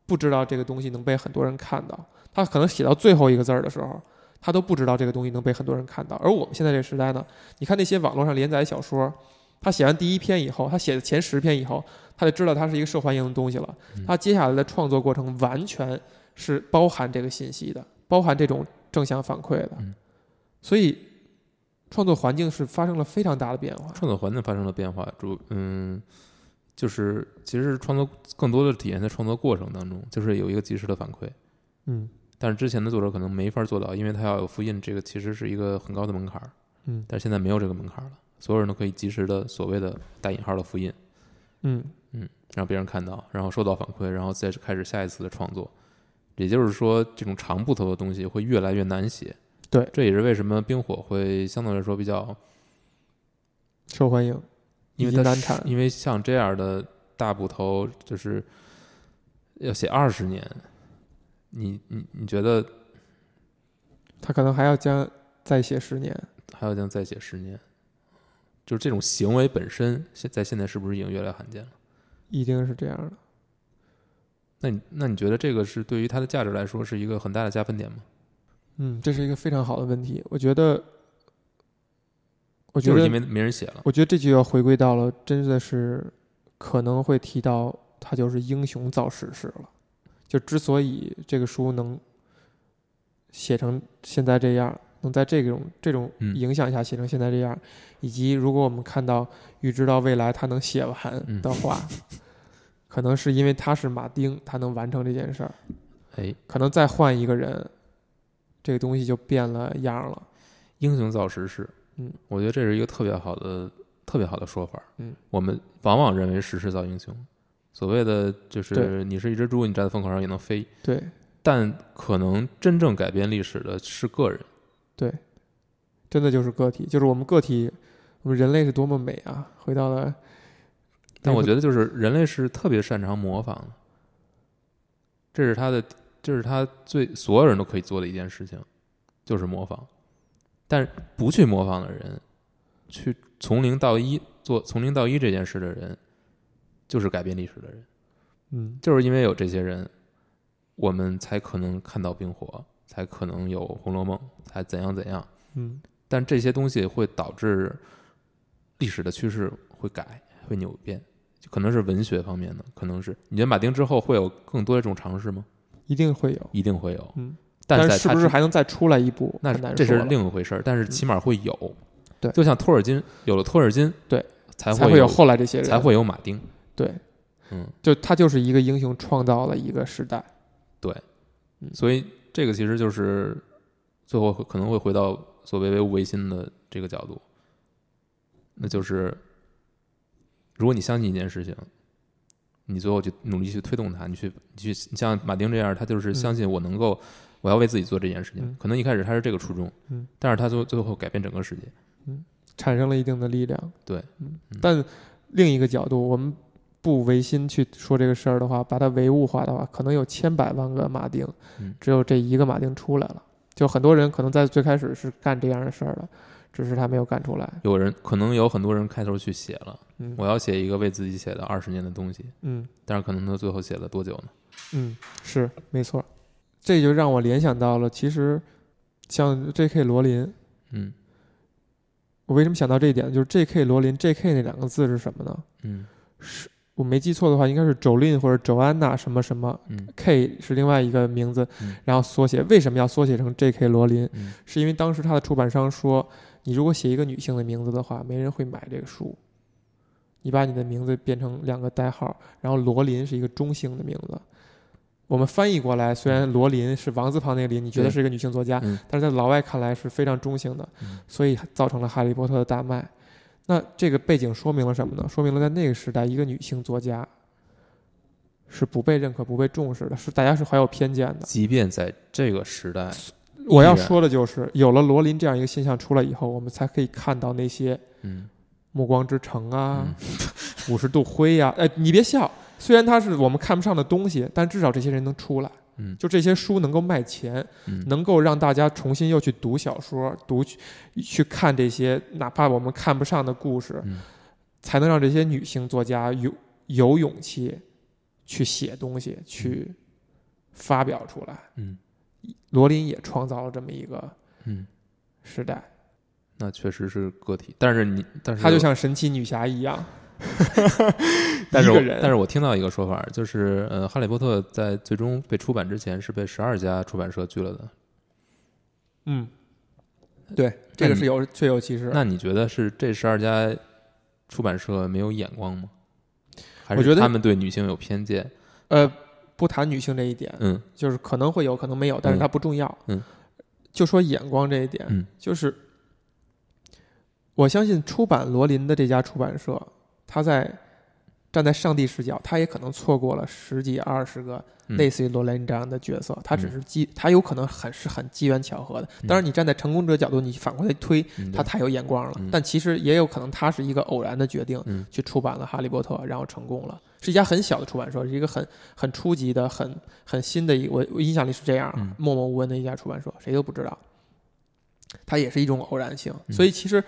Speaker 1: 不知道这个东西能被很多人看到，他可能写到最后一个字儿的时候，他都不知道这个东西能被很多人看到。而我们现在这个时代呢，你看那些网络上连载小说。他写完第一篇以后，他写的前十篇以后，他就知道它是一个受欢迎的东西了
Speaker 2: 嗯。
Speaker 1: 他接下来的创作过程完全是包含这个信息的，包含这种正向反馈的。
Speaker 2: 嗯
Speaker 1: 所以，创作环境是发生了非常大的变化。
Speaker 2: 创作环境发生了变化，主嗯，就是其实是创作更多的体验在创作过程当中，就是有一个及时的反馈，
Speaker 1: 嗯
Speaker 2: 但是之前的作者可能没法做到，因为他要有复印，这个其实是一个很高的门槛儿。
Speaker 1: 嗯
Speaker 2: 但是现在没有这个门槛儿了，所有人都可以及时的所谓的带引号的复印，
Speaker 1: 嗯，
Speaker 2: 让别人看到，然后收到反馈，然后再开始下一次的创作。也就是说，这种长部头的东西会越来越难写。
Speaker 1: 对
Speaker 2: 这也是为什么冰火会相对来说比较，
Speaker 1: 受欢迎，
Speaker 2: 因为
Speaker 1: 以及
Speaker 2: 它
Speaker 1: 难
Speaker 2: 是
Speaker 1: 产。
Speaker 2: 因为像这样的大部头，就是要写二十年，你你你觉得
Speaker 1: 他可能还要将再写十年。
Speaker 2: 还要将再写十年，就是这种行为本身，现在现在是不是已经越来越罕见了？
Speaker 1: 一定是这样的，
Speaker 2: 那你那你觉得这个是对于它的价值来说是一个很大的加分点吗？
Speaker 1: 嗯，这是一个非常好的问题。我觉得，我觉
Speaker 2: 就是
Speaker 1: 得
Speaker 2: 因为没人写了，
Speaker 1: 我觉得这就要回归到了，真的是可能会提到他就是英雄造史诗了。就之所以这个书能写成现在这样，能在这种这种
Speaker 2: 嗯
Speaker 1: 影响下写成现在这样，以及如果我们看到预知到未来他能写完
Speaker 2: 嗯
Speaker 1: 的话，可能是因为他是马丁，他能完成这件事儿，
Speaker 2: 哎，
Speaker 1: 可能再换一个人，这个东西就变了样儿了。
Speaker 2: 英雄造时势，
Speaker 1: 嗯，
Speaker 2: 我觉得这是一个特别好的、特别好的说法。
Speaker 1: 嗯，
Speaker 2: 我们往往认为时势造英雄，所谓的就
Speaker 1: 对
Speaker 2: 是你是一只猪，你站在风口上也能飞，
Speaker 1: 对，
Speaker 2: 但可能真正改变历史的是个人。
Speaker 1: 真的就是个体，就是我们个体，我们人类是多么美啊！回到了，
Speaker 2: 但我
Speaker 1: 得
Speaker 2: 觉得就是人类是特别擅长模仿的，这是他的，这是他最所有人都可以做的一件事情，就是模仿。但是不去模仿的人，去从零到一做从零到一这件事的人，就是改变历史的人。
Speaker 1: 嗯，
Speaker 2: 就是因为有这些人，我们才可能看到冰火，才可能有《红楼梦》，才怎样怎样。
Speaker 1: 嗯，
Speaker 2: 但这些东西会导致历史的趋势会改，会扭变，就可能是文学方面的，可能是你觉得马丁之后会有更多这种尝试吗？
Speaker 1: 一定会有。
Speaker 2: 一定会有，
Speaker 1: 嗯，
Speaker 2: 但
Speaker 1: 但
Speaker 2: 在
Speaker 1: 是
Speaker 2: 他
Speaker 1: 不
Speaker 2: 之
Speaker 1: 是还能再出来一步？
Speaker 2: 那
Speaker 1: 很难
Speaker 2: 这
Speaker 1: 说
Speaker 2: 是
Speaker 1: 了嗯
Speaker 2: 另一回事儿，但是起码会有。
Speaker 1: 对
Speaker 2: 就像托尔金有了托尔金，
Speaker 1: 对，
Speaker 2: 才
Speaker 1: 才
Speaker 2: 会
Speaker 1: 会有后来这些人，
Speaker 2: 才会有马丁，
Speaker 1: 对，
Speaker 2: 嗯。
Speaker 1: 就他就是一个英雄，创造了一个时代。
Speaker 2: 所以这个其实就是最后可能会回到所谓唯物唯心的这个角度，那就是如果你相信一件事情，你最后去努力去推动它，你去你去你像马丁这样，他就是相信我能够，我要为自己做这件事情。
Speaker 1: 嗯
Speaker 2: 可能一开始他是这个初衷，
Speaker 1: 嗯
Speaker 2: 但是他最最后改变整个世界。
Speaker 1: 产生了一定的力量。
Speaker 2: 对
Speaker 1: 嗯
Speaker 2: 嗯，
Speaker 1: 但另一个角度，我们不唯心去说这个事儿的话，把它唯物化的话，可能有千百万个马丁
Speaker 2: 嗯，
Speaker 1: 只有这一个马丁出来了。就很多人可能在最开始是干这样的事儿的，只是他没有干出来。
Speaker 2: 有人可能有很多人开头去写了，
Speaker 1: 嗯
Speaker 2: 我要写一个为自己写的二十年的东西，
Speaker 1: 嗯
Speaker 2: 但是可能他最后写了多久呢？
Speaker 1: 嗯，是没错。这就让我联想到了，其实像 J.K. 罗琳，
Speaker 2: 嗯
Speaker 1: 我为什么想到这一点呢？就是 J.K. 罗琳，J.K. 那两个字是什么呢？
Speaker 2: 嗯
Speaker 1: 是我没记错的话，应该是 Jolin 或者 Joanna 什么什么
Speaker 2: 嗯
Speaker 1: K 是另外一个名字，
Speaker 2: 嗯
Speaker 1: 然后缩写为什么要缩写成 J.K. 罗琳？
Speaker 2: 嗯
Speaker 1: 是因为当时他的出版商说，你如果写一个女性的名字的话，没人会买这个书。你把你的名字变成两个代号，然后罗琳是一个中性的名字。我们翻译过来，虽然罗琳是王字旁那个琳，你觉得
Speaker 2: 对
Speaker 1: 是一个女性作家，
Speaker 2: 嗯
Speaker 1: 但是在老外看来是非常中性的，
Speaker 2: 嗯
Speaker 1: 所以造成了《哈利波特》的大卖。那这个背景说明了什么呢？说明了在那个时代，一个女性作家是不被认可、不被重视的，是大家是怀有偏见的。
Speaker 2: 即便在这个时代，
Speaker 1: 我要
Speaker 2: 依然
Speaker 1: 说的就是，有了罗琳这样一个现象出来以后，我们才可以看到那些《
Speaker 2: 嗯
Speaker 1: 暮光之城》啊，五十度灰呀、哎，你别笑，虽然它是我们看不上的东西，但至少这些人能出来。
Speaker 2: 嗯
Speaker 1: 就这些书能够卖钱，
Speaker 2: 嗯
Speaker 1: 能够让大家重新又去读小说，读去去看这些哪怕我们看不上的故事，
Speaker 2: 嗯
Speaker 1: 才能让这些女性作家有有勇气去写东西，去发表出来。
Speaker 2: 嗯
Speaker 1: 罗琳也创造了这么一个
Speaker 2: 嗯，
Speaker 1: 时代，
Speaker 2: 那确实是个体，但是你，但是
Speaker 1: 她就像神奇女侠一 样，
Speaker 2: 但是
Speaker 1: 一
Speaker 2: 我
Speaker 1: 个人，
Speaker 2: 但是我听到一个说法，就是呃，《哈利波特》在最终被出版之前是被十二家出版社拒了的。
Speaker 1: 嗯，对，这个
Speaker 2: 你
Speaker 1: 是有确有其事。
Speaker 2: 那你觉得是这十二家出版社没有眼光吗？还
Speaker 1: 我觉
Speaker 2: 是
Speaker 1: 得
Speaker 2: 他们对女性有偏见？
Speaker 1: 呃，不谈女性这一点，
Speaker 2: 嗯
Speaker 1: 就是可能会有，可能没有，但是它不重要。
Speaker 2: 嗯
Speaker 1: 就说眼光这一点，
Speaker 2: 嗯
Speaker 1: 就是我相信出版罗琳的这家出版社，他在站在上帝视角，他也可能错过了十几二十个
Speaker 2: 嗯
Speaker 1: 类似于罗琳这样的角色，他只是机，他有可能很是很机缘巧合的。
Speaker 2: 嗯
Speaker 1: 当然，你站在成功者角度，你反过来推，
Speaker 2: 嗯
Speaker 1: 他太有眼光了。
Speaker 2: 嗯
Speaker 1: 但其实也有可能他是一个偶然的决定，
Speaker 2: 嗯
Speaker 1: 去出版了《哈利波特》，然后成功了。是一家很小的出版社，是一个很很初级的、很很新的一个，我我印象里是这样，啊
Speaker 2: 嗯
Speaker 1: 默默无闻的一家出版社，谁都不知道。它也是一种偶然性，
Speaker 2: 嗯
Speaker 1: 所以其实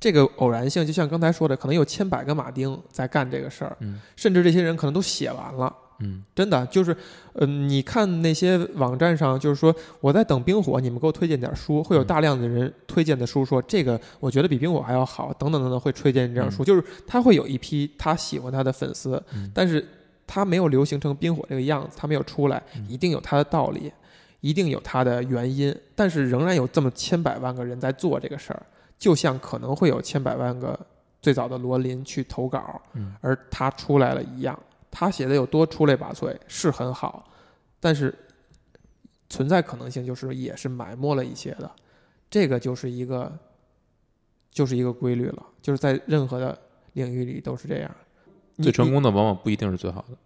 Speaker 1: 这个偶然性，就像刚才说的，可能有千百个马丁在干这个事儿，
Speaker 2: 嗯
Speaker 1: 甚至这些人可能都写完了。
Speaker 2: 嗯
Speaker 1: 真的就是，呃，你看那些网站上，就是说我在等冰火，你们给我推荐点书，会有
Speaker 2: 嗯
Speaker 1: 大量的人推荐的书说，这个我觉得比冰火还要好，等等等等，会推荐这样书，就是他会有一批他喜欢他的粉丝，
Speaker 2: 嗯
Speaker 1: 但是他没有流行成冰火这个样子，他没有出来，
Speaker 2: 嗯
Speaker 1: 一定有他的道理，一定有它的原因，但是仍然有这么千百万个人在做这个事儿，就像可能会有千百万个最早的罗琳去投稿，
Speaker 2: 嗯
Speaker 1: 而他出来了一样，他写的有多出类拔萃是很好，但是存在可能性就是也是埋没了一些的，这个就是一个就是一个规律了，就是在任何的领域里都是这样。你
Speaker 2: 最成
Speaker 1: 你
Speaker 2: 功的往往不一定是最好的。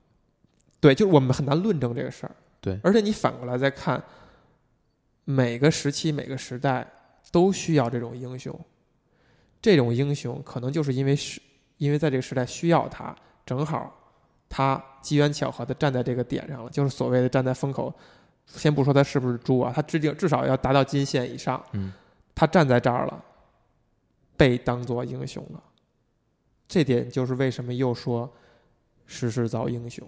Speaker 1: 对，就是我们很难论证这个事儿。
Speaker 2: 对
Speaker 1: 而且你反过来再看，每个时期、每个时代都需要这种英雄，这种英雄可能就是因为是，因为在这个时代需要他，正好他机缘巧合的站在这个点上了，就是所谓的站在风口。先不说他是不是猪啊，他至定至少要达到金线以上，
Speaker 2: 嗯，
Speaker 1: 他站在这儿了，被当做英雄了。这点就是为什么又说时势造英雄。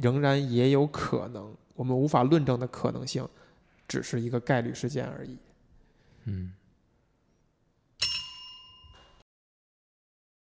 Speaker 1: 仍然也有可能，我们无法论证的可能性，只是一个概率事件而已。
Speaker 2: 嗯，